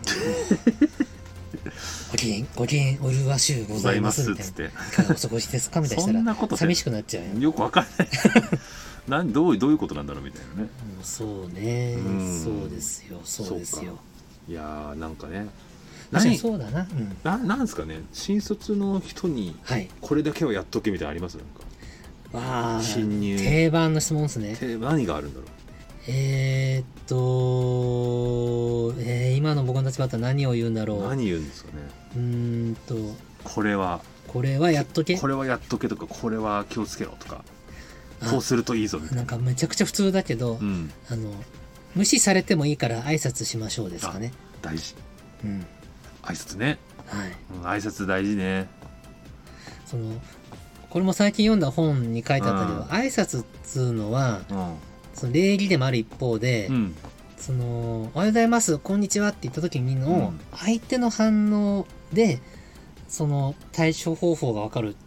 Speaker 1: ご機嫌ご機嫌おるわしゅうご
Speaker 2: ご
Speaker 1: ざ
Speaker 2: ざ
Speaker 1: い
Speaker 2: い
Speaker 1: ま」
Speaker 2: ますす
Speaker 1: み
Speaker 2: った
Speaker 1: い
Speaker 2: つっ
Speaker 1: な
Speaker 2: て
Speaker 1: 「いかがお過ごしですか?」みたい
Speaker 2: そ
Speaker 1: なんした
Speaker 2: なこと
Speaker 1: ら
Speaker 2: で
Speaker 1: 寂しくなっちゃうよ、
Speaker 2: よくわかん ないなんどういうどういうことなんだろうみたいなね
Speaker 1: うんそうね、
Speaker 2: うん
Speaker 1: そうですよそうですよ
Speaker 2: いやーなんかね
Speaker 1: 確かに
Speaker 2: 何
Speaker 1: そうだな、うん、
Speaker 2: ななんですかね新卒の人に
Speaker 1: はい
Speaker 2: これだけはやっとけみたいなのありますなんか
Speaker 1: わあ
Speaker 2: 侵入
Speaker 1: 定番の質問ですね
Speaker 2: て何があるんだろ
Speaker 1: えー、っと、えー今の僕の立場だったら何を言うんだろ
Speaker 2: う
Speaker 1: う
Speaker 2: 何言うんですかね
Speaker 1: うーんと
Speaker 2: これは
Speaker 1: これはやっとけ
Speaker 2: これはやっとけとかこれは気をつけろとか
Speaker 1: あ
Speaker 2: こうするといいぞみたい
Speaker 1: な
Speaker 2: なん
Speaker 1: かめちゃくちゃ普通だけど、
Speaker 2: うん
Speaker 1: あの無視されてもいいから挨拶しましょうですかね。
Speaker 2: 大事
Speaker 1: うん、
Speaker 2: 挨拶ね、
Speaker 1: はい。
Speaker 2: うん、挨拶大事ね
Speaker 1: そのこれも最近読んだ本に書いてあったけど、
Speaker 2: うん
Speaker 1: 挨拶っつうのは
Speaker 2: うん
Speaker 1: その礼儀でもある一方で、
Speaker 2: うん
Speaker 1: そのおはようございます、こんにちはって言った時にの、
Speaker 2: うん
Speaker 1: 相手の反応でその対処方法がわかる。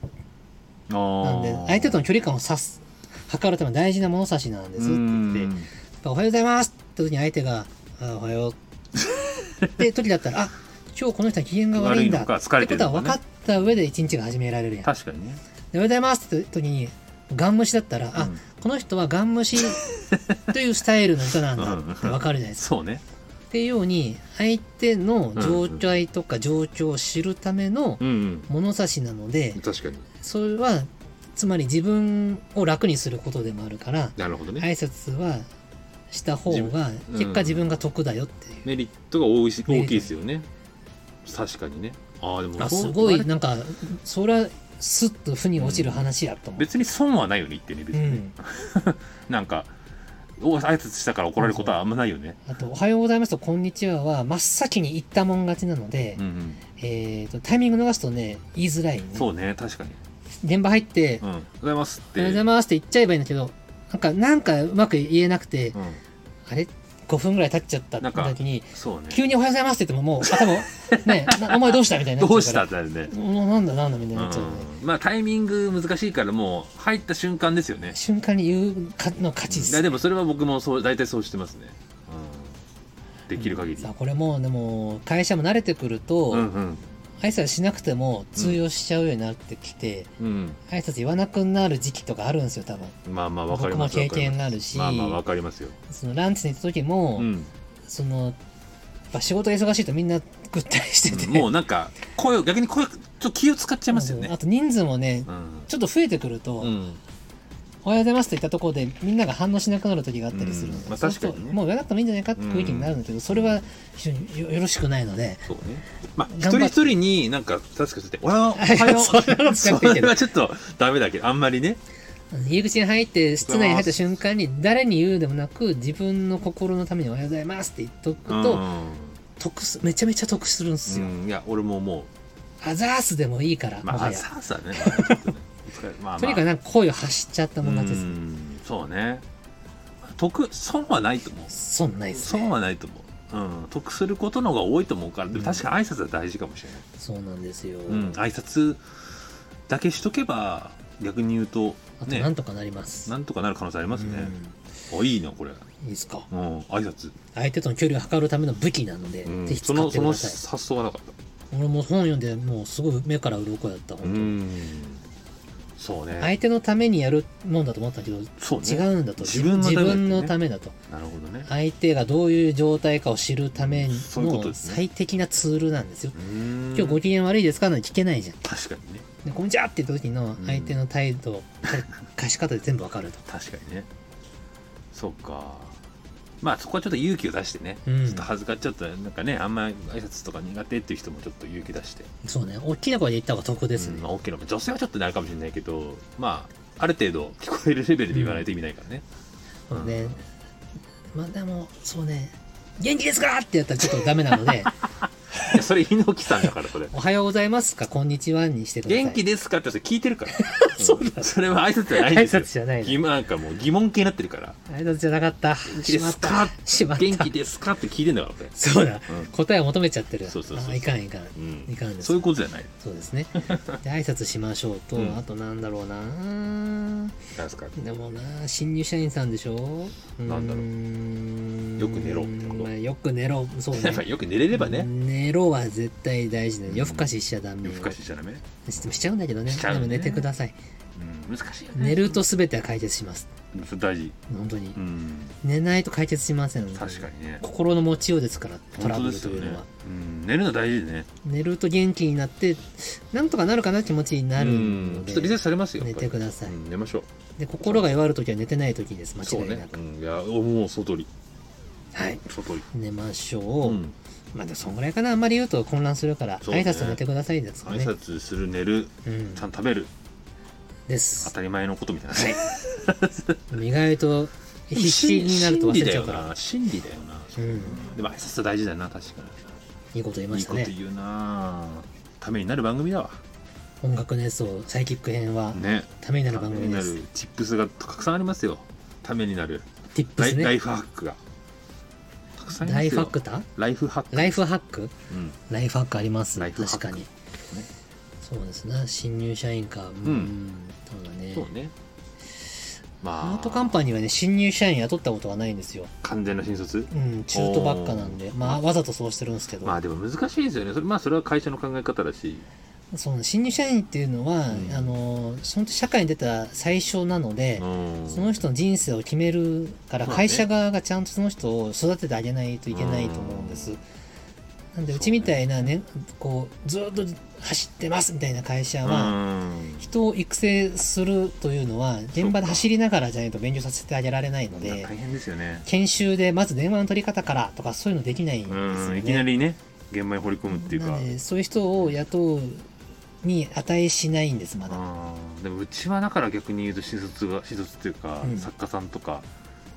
Speaker 2: あ
Speaker 1: なんで
Speaker 2: ー
Speaker 1: 相手との距離感を指す測るための大事な物差しなんですって言って。
Speaker 2: うん
Speaker 1: おはようございますって時に相手が、あおは よう。って時だったら、あ今日この人は機嫌が悪いんだ。
Speaker 2: 悪いのか疲れて
Speaker 1: っ
Speaker 2: る
Speaker 1: て
Speaker 2: の
Speaker 1: こと
Speaker 2: か
Speaker 1: は
Speaker 2: ね
Speaker 1: 分かった上で一日が始められるやん。で
Speaker 2: 確かにね
Speaker 1: おはようございますって時に、ガン無視だったら、あ
Speaker 2: うん
Speaker 1: この人はガン 無視というスタイルの人なんだって分かるじゃないですか。
Speaker 2: そうね
Speaker 1: っていうように、相手の状態とか状況を知るための
Speaker 2: うん、
Speaker 1: 物差しなので
Speaker 2: うん、、確かに
Speaker 1: それは、つまり自分を楽にすることでもあるから、
Speaker 2: なるほどね、
Speaker 1: 挨拶はした方が
Speaker 2: 分うん
Speaker 1: 結果自分が得だよっていう、
Speaker 2: メリットが多いし
Speaker 1: メリット
Speaker 2: 大きいですよね確かにねああでも
Speaker 1: あ
Speaker 2: そう
Speaker 1: すご
Speaker 2: あ
Speaker 1: い
Speaker 2: れ
Speaker 1: なんかそれはスッと腑に落ちる話やと思う、
Speaker 2: 別に損はないよね言ってね別
Speaker 1: う
Speaker 2: にね、
Speaker 1: ん
Speaker 2: なんかを挨拶したから怒られることはあんまないよね。
Speaker 1: あと、おはようございますと、こんにちはは、真っ先に言ったもん勝ちなので
Speaker 2: う、ん
Speaker 1: えっと、タイミング逃すとね、言いづらいね
Speaker 2: うん。。そうね、確かに。
Speaker 1: 現場入って、
Speaker 2: う
Speaker 1: おは
Speaker 2: ん。おはようございますって。
Speaker 1: ようございますって言っちゃえばいいんだけど、なんか、なんかうまく言えなくて、
Speaker 2: うん。
Speaker 1: あれ ?5 分ぐらい経っちゃった
Speaker 2: なんか
Speaker 1: 時に、
Speaker 2: そうね。
Speaker 1: 急におはようございますって言ってももう、あ、多分、ね、 なお前どうしたみたいになっち
Speaker 2: ど
Speaker 1: ゃ
Speaker 2: う
Speaker 1: う
Speaker 2: し
Speaker 1: から。
Speaker 2: たってなるね。
Speaker 1: もうなんだなんだみたいになっちゃうよね。
Speaker 2: うんまあタイミング難しいからもう入った瞬間ですよね。
Speaker 1: 瞬間に言うかの勝ちで
Speaker 2: いや
Speaker 1: す。
Speaker 2: でもそれは僕もそう大体そうしてますね。うん、できる限り。
Speaker 1: さあこれもうでも会社も慣れてくると、
Speaker 2: うんうん
Speaker 1: 挨拶しなくても通用しちゃうようになってきて、
Speaker 2: うん。
Speaker 1: 挨拶言わなくなる時期とかあるんですよ多分
Speaker 2: まあまあわかり
Speaker 1: 僕
Speaker 2: ま
Speaker 1: も
Speaker 2: す。わ
Speaker 1: 経
Speaker 2: かり
Speaker 1: 験
Speaker 2: ます
Speaker 1: があるし、
Speaker 2: まあまあわかりますよ。
Speaker 1: そのランチに行った時も、
Speaker 2: うん。
Speaker 1: そのやっぱ仕事が忙しいとみんなぐったりしてて、
Speaker 2: うんもうなんか声を逆に声ちょっと気を使っちゃいますよ
Speaker 1: うんあ
Speaker 2: ね。
Speaker 1: と人数もね
Speaker 2: うん。
Speaker 1: ちょっと増えてくると、
Speaker 2: うん。
Speaker 1: おはようございますと言ったところでみんなが反応しなくなる時があったりするので、
Speaker 2: うんまあ
Speaker 1: そうすると
Speaker 2: 確かにね
Speaker 1: もう言わなくてもいいんじゃないかって雰囲気になるんだけど、それは非常によよろしくないので
Speaker 2: そうね。まあ
Speaker 1: 頑張
Speaker 2: 一
Speaker 1: っ
Speaker 2: 人一人になんか確かにておは ようおはよう。
Speaker 1: それは使
Speaker 2: そ
Speaker 1: っていいけ
Speaker 2: れ
Speaker 1: ど
Speaker 2: はちょっとダメ だけどあんまりね。
Speaker 1: 入り口に入って室内に入った瞬間に誰に言うでもなく自分の心のために「おはようございます」って言っとく
Speaker 2: うん
Speaker 1: と、得すめちゃめちゃ得するんですよ、
Speaker 2: うん。いや俺ももう
Speaker 1: アザースでもいいから、
Speaker 2: ま
Speaker 1: も
Speaker 2: あ、
Speaker 1: は
Speaker 2: あ
Speaker 1: や
Speaker 2: さあさ ね。まあちょっとねまあまあ
Speaker 1: とにかくなんか声を発しちゃったもん勝ちです、
Speaker 2: うんそうね。得、損はないと思う。
Speaker 1: 損ないです
Speaker 2: 損
Speaker 1: ね
Speaker 2: はないと思う。うん、得することの方が多いと思うから、でも確かに挨拶は大事かもしれない。
Speaker 1: そうなんですよ、
Speaker 2: うん、挨拶だけしとけば、逆に言うと、
Speaker 1: あと
Speaker 2: ね
Speaker 1: な、んとかなります、
Speaker 2: なんとかなる可能性ありますね。お、いいな、これ。
Speaker 1: うんいいですか
Speaker 2: うん、挨拶。
Speaker 1: 相手との距離を測るための武器なので、
Speaker 2: うん、
Speaker 1: ぜひ使
Speaker 2: そ
Speaker 1: っ
Speaker 2: の、
Speaker 1: て
Speaker 2: そ
Speaker 1: く
Speaker 2: の
Speaker 1: ださい
Speaker 2: 発想はなかっ
Speaker 1: 俺も本読んでもうすごい目から鱗だった
Speaker 2: た。
Speaker 1: 本
Speaker 2: う
Speaker 1: 当、
Speaker 2: ん。そうね。
Speaker 1: 相手のためにやるもんだと思ったけど違
Speaker 2: そうね。
Speaker 1: うんだと
Speaker 2: 自分のた
Speaker 1: 自
Speaker 2: めだって
Speaker 1: 分
Speaker 2: ね
Speaker 1: のためだと
Speaker 2: なるほどね。
Speaker 1: 相手がどういう状態かを知るため
Speaker 2: そういうこと
Speaker 1: の
Speaker 2: ですね
Speaker 1: 最適なツールなんですよ。
Speaker 2: うん。
Speaker 1: 今日ご機嫌悪いですかなんて聞けないじゃん。
Speaker 2: 確かにね。
Speaker 1: で、こんにちはって言った時の相手の態度、返し方で全部わかると。
Speaker 2: 確かにねそうかまあそこはちょっと勇気を出してね、
Speaker 1: うん
Speaker 2: ちょっと恥ずかしちゃったなんかねあんまり挨拶とか苦手っていう人もちょっと勇気出して
Speaker 1: そうね。大きな声で言った方が得です
Speaker 2: うん
Speaker 1: ね
Speaker 2: ま。あ、OK の女性はちょっとねあるかもしれないけどまあある程度聞こえるレベルで言わないと意味ない からね、
Speaker 1: そうね。まあでも、そうね。元気ですかってやったらちょっとダメなの で、
Speaker 2: いやそれ猪木さんだからそれ
Speaker 1: おはようございますか、こんにちはにしてください。
Speaker 2: 元気ですかってそれ聞いてるから、
Speaker 1: そうだ
Speaker 2: んそれは挨拶じゃないん
Speaker 1: 挨
Speaker 2: ですよ
Speaker 1: 拶じゃない
Speaker 2: 疑
Speaker 1: ね。
Speaker 2: 問なんかもう疑問形になってるから
Speaker 1: 挨拶じゃなかった。
Speaker 2: 気
Speaker 1: し
Speaker 2: で
Speaker 1: まっ
Speaker 2: す
Speaker 1: た
Speaker 2: か。
Speaker 1: しまっ
Speaker 2: 元
Speaker 1: た
Speaker 2: 気。ですかって聞いてんだから俺
Speaker 1: そうだ
Speaker 2: うん。
Speaker 1: 答えを求めちゃってる。
Speaker 2: そうそうそうそう
Speaker 1: あいかんいかん。
Speaker 2: うん
Speaker 1: いかんです
Speaker 2: そういうことじゃない
Speaker 1: そうです ね。で、挨拶しましょうと、
Speaker 2: うん
Speaker 1: あとなんだろうな
Speaker 2: なんですか
Speaker 1: でもな新入社員さんでしょ
Speaker 2: なんだろう
Speaker 1: う
Speaker 2: よく寝ろってこと
Speaker 1: まあよく寝ろ。そうね
Speaker 2: やっぱ。りよく寝れればね、
Speaker 1: 寝ろは絶対大事だよ。夜更かししちゃダメよ。
Speaker 2: 夜更かししちゃダメ、
Speaker 1: でもしちゃうんだけどね。
Speaker 2: しちゃう
Speaker 1: で
Speaker 2: ね
Speaker 1: も寝てください。
Speaker 2: うん、難しいよね
Speaker 1: 寝ると全ては解決します。
Speaker 2: うんそれ大事
Speaker 1: 本当に
Speaker 2: う。ん
Speaker 1: 寝ないと解決しません。
Speaker 2: 確かにね
Speaker 1: 心の持ちようですから、ト
Speaker 2: 本
Speaker 1: ラ
Speaker 2: 当
Speaker 1: ブ
Speaker 2: で
Speaker 1: ル
Speaker 2: す
Speaker 1: と
Speaker 2: よ
Speaker 1: いう
Speaker 2: ね
Speaker 1: のは。、
Speaker 2: うん、寝るの大事でね
Speaker 1: 寝ると元気になって、なんとかなるかな気持ちになる
Speaker 2: うん
Speaker 1: の
Speaker 2: ちょっとリセット
Speaker 1: で、
Speaker 2: されますよ
Speaker 1: 寝てください
Speaker 2: やっぱりうん寝ましょう
Speaker 1: で心が弱るときは寝てないときです。間
Speaker 2: そう
Speaker 1: 違いな
Speaker 2: ね、
Speaker 1: く
Speaker 2: う。ん、いやもう外に
Speaker 1: はい。
Speaker 2: 外に
Speaker 1: 寝ましょ
Speaker 2: う
Speaker 1: う。
Speaker 2: ん、
Speaker 1: まあでもそんぐらいかなあんまり言うと混乱するから、
Speaker 2: そう
Speaker 1: 挨
Speaker 2: ね
Speaker 1: 拶は寝てくださいですか
Speaker 2: 挨
Speaker 1: ね。
Speaker 2: 拶する寝る
Speaker 1: うん
Speaker 2: ちゃんと食べる
Speaker 1: で
Speaker 2: 当
Speaker 1: す。
Speaker 2: たり前のことみたいな
Speaker 1: はい。意外と必死になると忘れちゃうから。
Speaker 2: 心理だよな心
Speaker 1: う
Speaker 2: 理だよ
Speaker 1: ん
Speaker 2: な、でも挨拶は大事だよな確か
Speaker 1: いいこと言い
Speaker 2: に
Speaker 1: ま
Speaker 2: い
Speaker 1: し
Speaker 2: い
Speaker 1: た
Speaker 2: こと
Speaker 1: ね。
Speaker 2: 言うなためになる番組だわ
Speaker 1: 音楽の演奏サイキック編は
Speaker 2: ね
Speaker 1: ためになる
Speaker 2: た
Speaker 1: 番
Speaker 2: め
Speaker 1: 組
Speaker 2: にな
Speaker 1: で
Speaker 2: る
Speaker 1: す。
Speaker 2: チップスがたくさんありますよためになる
Speaker 1: ティップ
Speaker 2: ラ
Speaker 1: ス
Speaker 2: イライ
Speaker 1: ね。
Speaker 2: フハックがたくさんあ
Speaker 1: ラ
Speaker 2: り
Speaker 1: イ
Speaker 2: ま
Speaker 1: フ
Speaker 2: すよ
Speaker 1: ハックタ
Speaker 2: ライフハック
Speaker 1: ライフハック
Speaker 2: うん
Speaker 1: ライフハックあります。
Speaker 2: ライフハッ
Speaker 1: 確
Speaker 2: ク
Speaker 1: かに。そうですね。新入社員か。うん。そうだね。
Speaker 2: そうねま
Speaker 1: ア
Speaker 2: あ
Speaker 1: ートカンパニーはね、新入社員雇ったことがないんですよ。
Speaker 2: 完全な新卒
Speaker 1: うん、中途ばっかなんで。
Speaker 2: おー
Speaker 1: まあ、わざとそうしてるんですけど。
Speaker 2: まあでも難しいですよねそれまあそれは会社の考え方だし
Speaker 1: その新入社員っていうのは、
Speaker 2: うん
Speaker 1: あのその社会に出た最初なの
Speaker 2: う
Speaker 1: で、
Speaker 2: ん
Speaker 1: その人の人生を決めるから
Speaker 2: そうだね
Speaker 1: 会社側がちゃんとその人を育ててあげないといけないと思うんです。なんでうちみたいなねこうずっと走ってますみたいな会社は、
Speaker 2: うん
Speaker 1: 人を育成するというのは現場で走りながらじゃないと勉強させてあげられないので
Speaker 2: 大変ですよね
Speaker 1: 研修でまず電話の取り方からとかそういうのできないんです
Speaker 2: う
Speaker 1: よね。
Speaker 2: んいきなりね現場に掘り込むっていう
Speaker 1: な
Speaker 2: か
Speaker 1: のでそういう人を雇うに値しないんですまだ。
Speaker 2: うんでもうちはだから逆に言うと新卒が新卒っていうか、
Speaker 1: うん
Speaker 2: 作家さんとか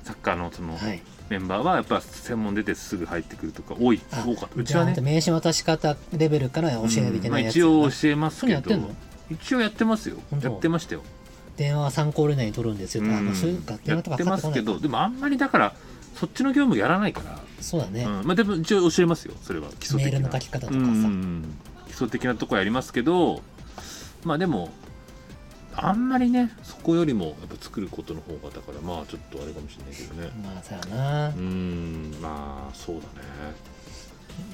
Speaker 2: サッカーのその
Speaker 1: はい
Speaker 2: メンバーはやっぱ専門出てすぐ入ってくるとか多い
Speaker 1: あ
Speaker 2: 多かったうち
Speaker 1: じゃあ
Speaker 2: は
Speaker 1: あ
Speaker 2: ね
Speaker 1: と名刺渡し方レベルからは教えないといけない
Speaker 2: うんまあ、
Speaker 1: やつ、
Speaker 2: 一応教えますけ
Speaker 1: そういうのや
Speaker 2: ど
Speaker 1: ってんの
Speaker 2: 一応やってますよ
Speaker 1: 本当
Speaker 2: やってましたよ
Speaker 1: 電話は参考以内に取るんですよ、
Speaker 2: うん
Speaker 1: あまあそういうか電話
Speaker 2: やっ
Speaker 1: とか
Speaker 2: て
Speaker 1: かかって
Speaker 2: ま
Speaker 1: こ
Speaker 2: す
Speaker 1: な
Speaker 2: け
Speaker 1: い
Speaker 2: どでもあんまりだからそっちの業務やらないから、
Speaker 1: そうだね、
Speaker 2: うんまあ、でも一応教えますよそれは基礎
Speaker 1: メー
Speaker 2: 的
Speaker 1: ル
Speaker 2: な
Speaker 1: の書き方とか
Speaker 2: う
Speaker 1: さ、
Speaker 2: ん基礎的なとこやりますけどまあでもあんまりねそこよりもやっぱ作ることの方がだからまあちょっとあれかもしれないけどね
Speaker 1: まあさあな、
Speaker 2: うんまあそうだね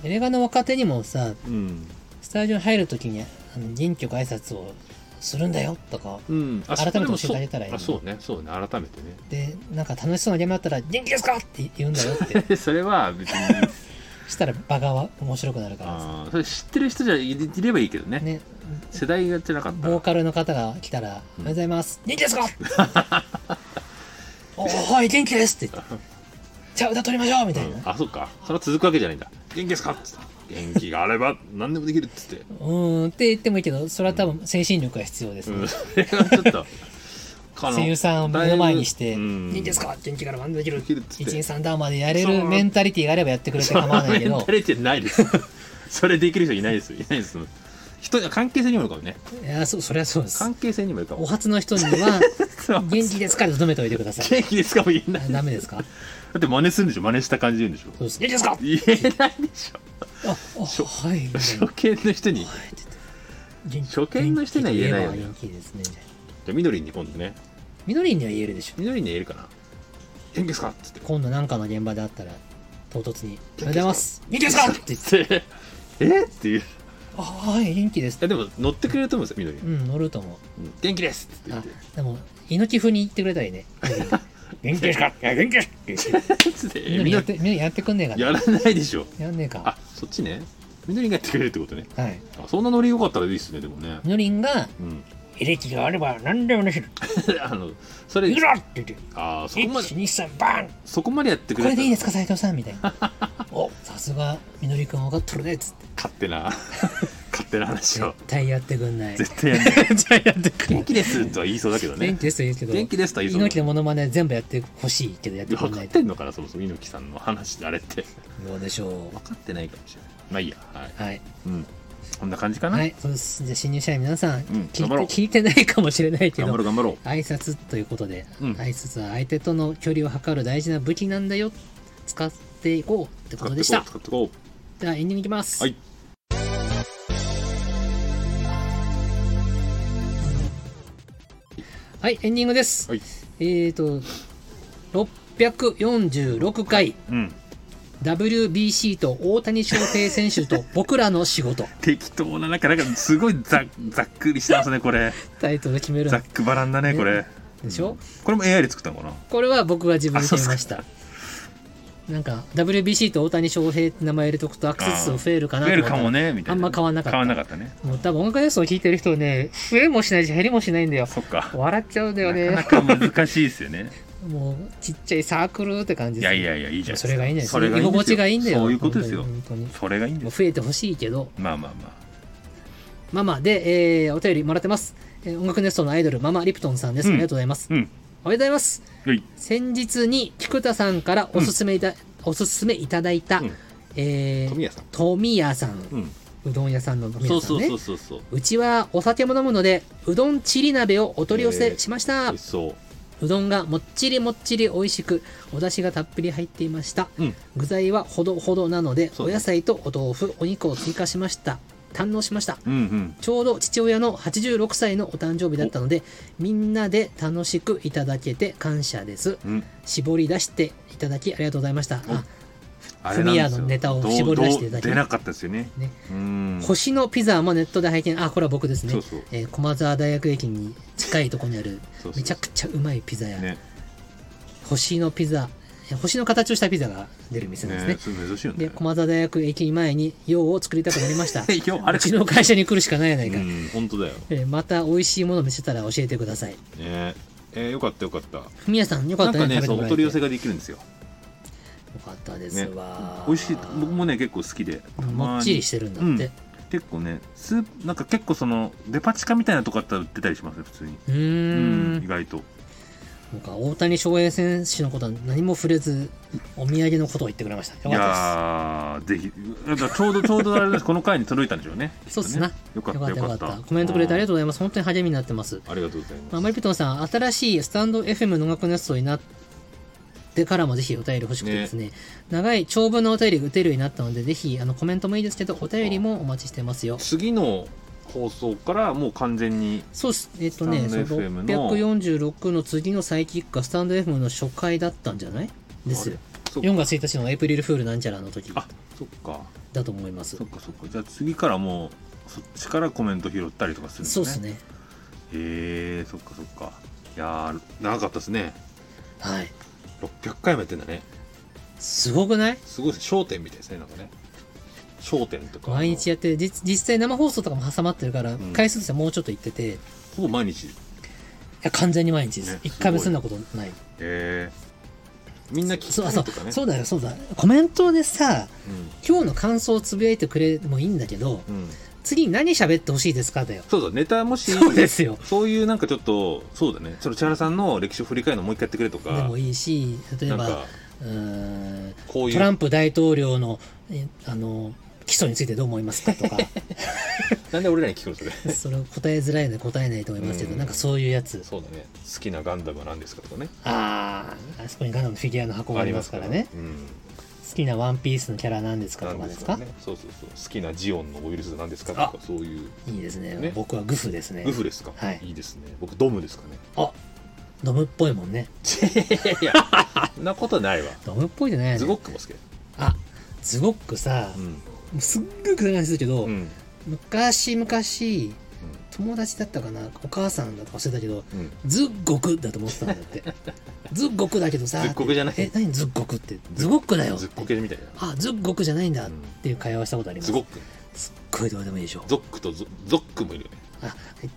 Speaker 1: 映画の若手にもさ
Speaker 2: うん、
Speaker 1: スタジオに入るときにあの元気よく挨拶をするんだよとか
Speaker 2: うん、あ
Speaker 1: 改めて
Speaker 2: そこでもそう
Speaker 1: 教えてあげたらいいの
Speaker 2: あそうねそうね改めてね
Speaker 1: でなんか楽しそうなゲームだったら「元気ですか!」って言うんだよって
Speaker 2: でそれは別に
Speaker 1: したら場が面白くなるからさ
Speaker 2: あーそれ知ってる人じゃいいればいいけどね
Speaker 1: ね
Speaker 2: 世代がじゃなかったら
Speaker 1: ボーカルの方が来たら「お
Speaker 2: う
Speaker 1: はよう
Speaker 2: ん
Speaker 1: ございます元気 ですか!」おーはい元気です!」って言って「じゃあ歌取りましょう!」みたいな
Speaker 2: うんあそうかそれは続くわけじゃないんだ元気ですかっつって元気があれば何でもできるっつって
Speaker 1: うーんって言ってもいいけどそれは多分精神力が必要です
Speaker 2: う
Speaker 1: ね、
Speaker 2: んそれはちょっとこ の
Speaker 1: 声優さんを目の前にして「
Speaker 2: だいぶうん
Speaker 1: 元気ですか元気から漫才できる
Speaker 2: できるっつって
Speaker 1: 123ダウンまでやれ
Speaker 2: そ
Speaker 1: る
Speaker 2: う
Speaker 1: メンタリティーがあればやってくれて構わないけ
Speaker 2: メン
Speaker 1: ど
Speaker 2: タリティないです それできる人いないですいないです人関係性にもよるかもね
Speaker 1: いやそそりゃそうです
Speaker 2: 関係性にもよるか
Speaker 1: お
Speaker 2: も
Speaker 1: 初の人には
Speaker 2: そう
Speaker 1: 「
Speaker 2: 元
Speaker 1: 元気ですか?」って止めておいてください
Speaker 2: 気ですかも言えない
Speaker 1: あ
Speaker 2: だ
Speaker 1: ダメですか
Speaker 2: って真似するんでしょ真似した感じで言うんでしょ
Speaker 1: そうです元気ですか
Speaker 2: 言えないでしょ
Speaker 1: ああはいみたいな
Speaker 2: 初見の人にじゃ
Speaker 1: はいって言って
Speaker 2: 初見の人には言えないよね
Speaker 1: 元気と言えば元気ですねみたいな
Speaker 2: あ緑に今度ね
Speaker 1: 緑には言えるでしょ
Speaker 2: 緑に言えるかな元気ですかっつって
Speaker 1: 今度なんかの現場で会ったら唐突に「おはようございます元気ですか?」って言って
Speaker 2: って えっていうい
Speaker 1: 「あはい元気です」
Speaker 2: やでも乗ってくれると思うんですよ緑
Speaker 1: う、ん乗ると思う
Speaker 2: 元気ですって言
Speaker 1: あ
Speaker 2: って
Speaker 1: でも猪木風に言ってくれたらいいね元気ですか いや元気です
Speaker 2: つって
Speaker 1: 緑やって緑やってくんねえかな
Speaker 2: やらないでしょ
Speaker 1: やんねえか
Speaker 2: あそっちね緑がやってくれるってことね
Speaker 1: はい
Speaker 2: あそんなノリ良かったらいいっすねでもね
Speaker 1: みのりんが
Speaker 2: うん
Speaker 1: 「エレキがあれば何でもできる
Speaker 2: あのそれ
Speaker 1: いくぞ!」って言って
Speaker 2: あーそこまで
Speaker 1: 123バン
Speaker 2: そこまでやってく
Speaker 1: こ
Speaker 2: れ
Speaker 1: れ
Speaker 2: た
Speaker 1: でいい
Speaker 2: ら
Speaker 1: ですか斉藤さんみたい なおさすがみのりくん分かっとるねっつって
Speaker 2: 勝 手な勝手な話
Speaker 1: 絶
Speaker 2: を
Speaker 1: 対やってくんない絶
Speaker 2: 絶対 やんない
Speaker 1: 対やってくんない
Speaker 2: 元気ですとは言いそうだけど
Speaker 1: 元気
Speaker 2: ね
Speaker 1: ですと言うけど
Speaker 2: 元気ですとは言いそう
Speaker 1: 猪木
Speaker 2: だ
Speaker 1: のモノマネ全部やってほしいけどやってく
Speaker 2: 分
Speaker 1: ん
Speaker 2: か
Speaker 1: な
Speaker 2: っ
Speaker 1: い
Speaker 2: てんのかなそもそも猪木さんの話あれって
Speaker 1: どうでしょ
Speaker 2: 分かってないかもしれないまあいいやはい、
Speaker 1: うはい
Speaker 2: うん、こんな感じかな、
Speaker 1: はいそうですじゃあ新入社員皆さん
Speaker 2: ん
Speaker 1: 聞い
Speaker 2: 頑張ろ
Speaker 1: て
Speaker 2: う
Speaker 1: 聞いてないかもしれないけ
Speaker 2: 頑
Speaker 1: ど
Speaker 2: 張ろう頑張ろう
Speaker 1: 挨拶ということで
Speaker 2: うん
Speaker 1: 挨拶は相手との距離を測る大事な武器なんだよ使っていこうってこ
Speaker 2: 使
Speaker 1: と
Speaker 2: って
Speaker 1: で
Speaker 2: こう
Speaker 1: した
Speaker 2: 使ってこう
Speaker 1: じゃあエンディングいきます
Speaker 2: はい
Speaker 1: はいエンディングです
Speaker 2: はい
Speaker 1: えーと646回
Speaker 2: うん
Speaker 1: WBC と大谷翔平選手と僕らの仕 事
Speaker 2: 適当ななんかなんかすごいざざっくりしてますねこれ
Speaker 1: タイトル決 める
Speaker 2: ざ
Speaker 1: ん
Speaker 2: っくばらんだねこれ
Speaker 1: でしょ
Speaker 2: これも AI で作ったのかな
Speaker 1: これは僕が自分で決めまし
Speaker 2: あ
Speaker 1: たなんか WBC と大谷翔平って名前入れとくとアクセス数増えるかな
Speaker 2: 増
Speaker 1: と
Speaker 2: え
Speaker 1: 思
Speaker 2: る
Speaker 1: った
Speaker 2: かもねみたいな
Speaker 1: あんま変わんなかった
Speaker 2: 変わんなかったね
Speaker 1: もう多分音楽予想を聞いてる人ね増えもしないし減りもしないんだよ
Speaker 2: そっか
Speaker 1: 笑っちゃうんだよね
Speaker 2: なかなか難しいですよね
Speaker 1: もうちっちゃいサークルって感じ
Speaker 2: い
Speaker 1: です
Speaker 2: やいやいやいいじゃん
Speaker 1: それがいいんだよ
Speaker 2: それがいいんです
Speaker 1: 居心地がいいんだよ
Speaker 2: そういうことですよ
Speaker 1: 本当に本
Speaker 2: それがいいん
Speaker 1: も
Speaker 2: で
Speaker 1: う
Speaker 2: す
Speaker 1: 増えてほしいけど
Speaker 2: まあまあま
Speaker 1: ママで、えーお便りもらってます、えー音楽ネストのアイドルママリプトンさんです、
Speaker 2: うん
Speaker 1: ありがとうございます
Speaker 2: あうん
Speaker 1: おめでとうございます
Speaker 2: はい
Speaker 1: 先日に菊田さんからおすすめいた、おすすめいただいた、
Speaker 2: うん
Speaker 1: えー
Speaker 2: 富谷さん
Speaker 1: 富谷さん、
Speaker 2: うん
Speaker 1: うどん屋さんの富谷さん
Speaker 2: そ
Speaker 1: ね
Speaker 2: うそうそうそうそう
Speaker 1: うちはお酒も飲むのでうどんちり鍋をお取り寄
Speaker 2: え
Speaker 1: せ
Speaker 2: ー
Speaker 1: しました、
Speaker 2: 美味しそう
Speaker 1: どんがもっちりもっちり美味しくお出汁がたっぷり入っていました
Speaker 2: ううん
Speaker 1: 具材はほどほどなので、
Speaker 2: そう
Speaker 1: お
Speaker 2: ね
Speaker 1: 野菜とお豆腐お肉を追加しました堪能しました
Speaker 2: うんうん
Speaker 1: ちょうど父親の86歳のお誕生日だったのでみんなで楽しくいただけて感謝です
Speaker 2: うん
Speaker 1: 絞り出していただきありがとうございましたあ、
Speaker 2: あれなんですよ
Speaker 1: フミヤのネタを絞り出していただき
Speaker 2: どうどう出なかったですよね
Speaker 1: ね
Speaker 2: うん
Speaker 1: 星のピザもネットで拝見あこれは僕ですね
Speaker 2: そうそう
Speaker 1: えー駒沢大学駅に近いところにある
Speaker 2: そうそう
Speaker 1: めちゃくちゃうまいピザ屋、
Speaker 2: ね
Speaker 1: 星のピザえー星の形をしたピザが出る店なんですね
Speaker 2: ねそれ珍しいよ
Speaker 1: で
Speaker 2: ね
Speaker 1: 駒沢大学駅前に用を作りたくなりました
Speaker 2: えよ あ
Speaker 1: う
Speaker 2: れ
Speaker 1: ちの会社に来るしかないやないか、
Speaker 2: うん本当だよ
Speaker 1: えーまた美味しいもの見せたら教えてください
Speaker 2: ねえーよかったよかった
Speaker 1: ふみやさんよかっ
Speaker 2: なん
Speaker 1: た
Speaker 2: か
Speaker 1: ね
Speaker 2: ね、そ
Speaker 1: 食
Speaker 2: う
Speaker 1: べても
Speaker 2: お
Speaker 1: らえて
Speaker 2: 取り寄せができるんですよ。
Speaker 1: よかったです
Speaker 2: ね
Speaker 1: わ、、
Speaker 2: 美味しい、僕もね、結構好きで。たまに
Speaker 1: もっちりしてるんだって
Speaker 2: 結構ね、スープ、なんか結構その、デパ地下みたいなとこあったら売ってたりしますね、普通に。
Speaker 1: うーん
Speaker 2: 意外と。
Speaker 1: なんか大谷翔平選手のことは何も触れずお土産のことを言ってくれました
Speaker 2: い
Speaker 1: よかっ
Speaker 2: やーぜひだからちょうどちょうどあれですこの回に届いたんでしょうね
Speaker 1: たですそうっすな、
Speaker 2: きっとねよかった
Speaker 1: よ
Speaker 2: よ
Speaker 1: か
Speaker 2: か
Speaker 1: っ
Speaker 2: ったた
Speaker 1: コメントくれてありが
Speaker 2: と
Speaker 1: とうございます本当に励みになってます
Speaker 2: うんありがとうございます
Speaker 1: まあ、マリピトンさん、新しいスタンド FM の音楽ネストになってからもぜひお便り欲しくてですね、長い長文のお便りが打てるようになったので、ぜひあのコメントもいいですけど、お便りもお待ちしてますよ。
Speaker 2: 次の放送からもう完全に
Speaker 1: そうっす。えっとね、
Speaker 2: ス
Speaker 1: そ
Speaker 2: タ
Speaker 1: の
Speaker 2: ンド FM の
Speaker 1: 646の次のサイキックがスタンド FM の初回だったんじゃないですよ。
Speaker 2: そう
Speaker 1: 4月1日のエイプリルフールなんちゃらの時
Speaker 2: あそっか
Speaker 1: だと思います
Speaker 2: そっ。かそっかじゃあ次からもうそっちからコメント拾ったりとかするんです
Speaker 1: そう
Speaker 2: ね
Speaker 1: ですね。
Speaker 2: へえそっかそっかいやー長かったですね
Speaker 1: はい。
Speaker 2: 600回もやってんだね
Speaker 1: すごくない
Speaker 2: すごいですね焦点みたいですねなんかね焦点とか
Speaker 1: 毎日やって、実実際生放送とかも挟まってるから
Speaker 2: ん、
Speaker 1: 回数としてはもうちょっといってて、
Speaker 2: ほぼ毎日
Speaker 1: いや完全に毎日です
Speaker 2: ね。
Speaker 1: 一、回も済んだことない。
Speaker 2: へえみんな聞き
Speaker 1: そう
Speaker 2: た
Speaker 1: あ
Speaker 2: い
Speaker 1: そう
Speaker 2: とかね
Speaker 1: そうだよ、そうだ。コメントでさ、
Speaker 2: うん
Speaker 1: 今日の感想をつぶやいてくれてもいいんだけど、
Speaker 2: うん
Speaker 1: 次に何喋ってほしいですかだよ。
Speaker 2: そうだネタもし
Speaker 1: そうですよ。
Speaker 2: そういうなんかちょっとそうだねその千原さんの歴史を振り返るのもう一回やってくれと
Speaker 1: で
Speaker 2: か
Speaker 1: もいいし、例え
Speaker 2: なん
Speaker 1: ば
Speaker 2: か、
Speaker 1: うーん
Speaker 2: こういう
Speaker 1: トランプ大統領の、えあの、基礎についてどう思いますかとか、
Speaker 2: なんで俺らに聞くのそれ
Speaker 1: それを答えづらいので答えないと思いますけど、
Speaker 2: うん
Speaker 1: なんかそういうやつ。
Speaker 2: そうだね好きなガンダムは何ですかとかね
Speaker 1: あーあそこにガンダムのフィギュアの箱がありますからね。
Speaker 2: あります
Speaker 1: 好きなワンピースのキャラなんですか
Speaker 2: から
Speaker 1: と
Speaker 2: うん
Speaker 1: か
Speaker 2: 何
Speaker 1: で
Speaker 2: ですす
Speaker 1: か
Speaker 2: かねそうそうそう好きなジオンのウイルスなんですかとかそういう
Speaker 1: いいですね
Speaker 2: ね
Speaker 1: 僕はグフですね
Speaker 2: グ。フですか、
Speaker 1: はい
Speaker 2: いですね僕ドムですかね
Speaker 1: あドムっぽいもんね。
Speaker 2: いやいやそんなことない わ
Speaker 1: ドムっぽいじゃないよね
Speaker 2: ズゴックも好きだよ
Speaker 1: あズゴックさ、
Speaker 2: うん
Speaker 1: すっごいくだらない話するけど、
Speaker 2: うん
Speaker 1: 昔々友達だったかなお母さんだとか忘れたけど
Speaker 2: うん
Speaker 1: ズッゴクだと思ってたんだって ズッゴクだけどさ
Speaker 2: ズッゴクじゃない
Speaker 1: え何ズッゴクってズゴックだよっ
Speaker 2: ズ
Speaker 1: て
Speaker 2: ッコケみたいな
Speaker 1: あズッゴクじゃないんだっ
Speaker 2: うん
Speaker 1: ていう会話をしたことあります
Speaker 2: ズゴック
Speaker 1: すっごいどうでもいいでしょ
Speaker 2: ゾックとゾゾックもいるよね
Speaker 1: あ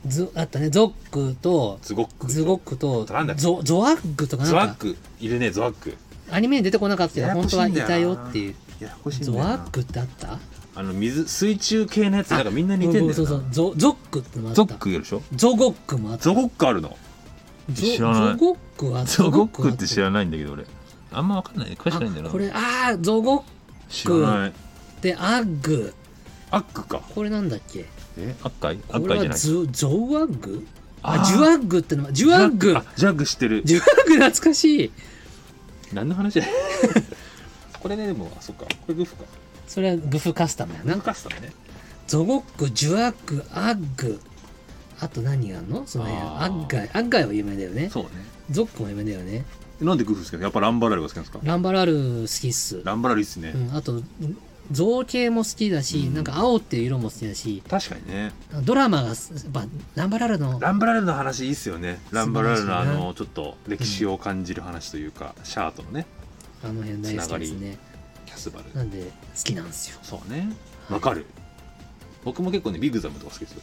Speaker 1: ズあったねゾックと
Speaker 2: ズゴック
Speaker 1: ズゴックと
Speaker 2: なんだっけ
Speaker 1: ゾゾワッグとかなん
Speaker 2: ゾワッ
Speaker 1: か
Speaker 2: クいるねゾワック
Speaker 1: アニメに出てこなかったけど
Speaker 2: ややこ
Speaker 1: 本
Speaker 2: し
Speaker 1: 当
Speaker 2: い
Speaker 1: はい
Speaker 2: んだよな
Speaker 1: たよっていう
Speaker 2: ややこしいんだ
Speaker 1: ゾ
Speaker 2: よな
Speaker 1: ワッグってあった
Speaker 2: あの水水中系のやつなんかみんな似てんだよな
Speaker 1: そうそうそうゾゾックってのもあった
Speaker 2: ゾックいるでしょ
Speaker 1: ゾゴックもあった
Speaker 2: ゾゴックあるの
Speaker 1: ゾ
Speaker 2: 知らない
Speaker 1: ゾゴックは
Speaker 2: ゾゴックって知
Speaker 1: ら
Speaker 2: らないんだけど俺あんま分かんない詳しくないんだよな
Speaker 1: これあーゾゴッ
Speaker 2: 知らない
Speaker 1: クでアッグ
Speaker 2: アックか
Speaker 1: これなんだっけ
Speaker 2: えアッカイア
Speaker 1: こ
Speaker 2: ッカ
Speaker 1: れ
Speaker 2: イじゃ
Speaker 1: は
Speaker 2: ない
Speaker 1: ゾゾワッグあ
Speaker 2: あー
Speaker 1: ジュワッグってのもジュワッグ
Speaker 2: あジャグしてる
Speaker 1: ジュワッグ懐かしい
Speaker 2: 何 の話だこれねでもあそっかこれグフか
Speaker 1: それはグフカスタムや
Speaker 2: グ
Speaker 1: な
Speaker 2: フカスタムね
Speaker 1: ゾゴックジュワッグアッグあと何があんのその辺
Speaker 2: あー
Speaker 1: アッガイアッガイは有名だよね
Speaker 2: そうね
Speaker 1: ゾックも有名だよね
Speaker 2: なんでグフ好きなのやっぱランバラルが好きなんですか
Speaker 1: ランバラル好きっす
Speaker 2: ランバラルいいっすね
Speaker 1: うん、あと造形も好きだし、
Speaker 2: うん
Speaker 1: なんか青っていう色も好きだし
Speaker 2: 確かにね
Speaker 1: ドラマがす、まあ、ナンバラルの
Speaker 2: ランバラルの話いいっすよねランバラルのあ
Speaker 1: 素晴らしい
Speaker 2: のちょっと歴史を感じる話というか、シャアとのね
Speaker 1: あの辺大好きですね
Speaker 2: キャスバル
Speaker 1: なんで好きなんですよ
Speaker 2: そうね
Speaker 1: はい
Speaker 2: わかる、僕も結構ねビグザムとか好きですよ、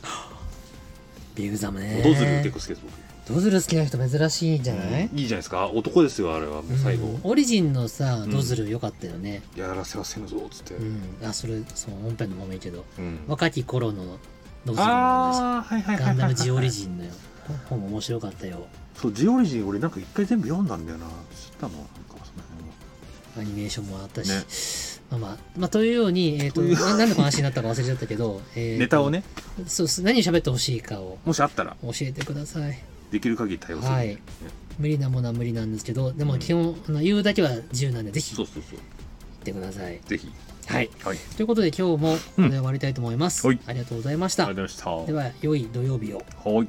Speaker 1: ビグザムね
Speaker 2: ドズル結構好きです僕
Speaker 1: ドズル好きな人珍しいんじゃない、
Speaker 2: うんいいじゃないですか男ですよあれはもう最後、
Speaker 1: うんオリジンのさ
Speaker 2: ん
Speaker 1: ドズル良かったよね
Speaker 2: やらせはせぬぞっつって、
Speaker 1: うん、あそれその本編のもめいいけど
Speaker 2: うん
Speaker 1: 若き頃のドズルの話
Speaker 2: ああはいはいはい
Speaker 1: ガ
Speaker 2: はい
Speaker 1: ンダムジオリ
Speaker 2: ン
Speaker 1: ジンのよ 本も面白かったよ
Speaker 2: そうジオリジン俺なんか一回全部読んだんだよな知ったのなんかその辺は
Speaker 1: アニメーションもあったし、まあまあ、まあ、というように、 えー、とな何の話になったか忘れちゃったけど、えーと
Speaker 2: ネタをね
Speaker 1: そうです何を喋ってほしいかを
Speaker 2: もしあったら
Speaker 1: 教えてください
Speaker 2: できる限り対応するんで、
Speaker 1: はい
Speaker 2: ね
Speaker 1: 無理なものは無理なんですけどで
Speaker 2: う
Speaker 1: も
Speaker 2: ん
Speaker 1: 基本、あの言うだけは自由なんでぜひ
Speaker 2: そ
Speaker 1: 言
Speaker 2: うそうそう
Speaker 1: ってください
Speaker 2: ぜひ
Speaker 1: はい
Speaker 2: はい
Speaker 1: ということで今日もここで終わりたいと思います、
Speaker 2: うんはい
Speaker 1: ありがとうございまし
Speaker 2: あ
Speaker 1: た
Speaker 2: りがとうございま
Speaker 1: で
Speaker 2: した
Speaker 1: は良い土曜日を
Speaker 2: はい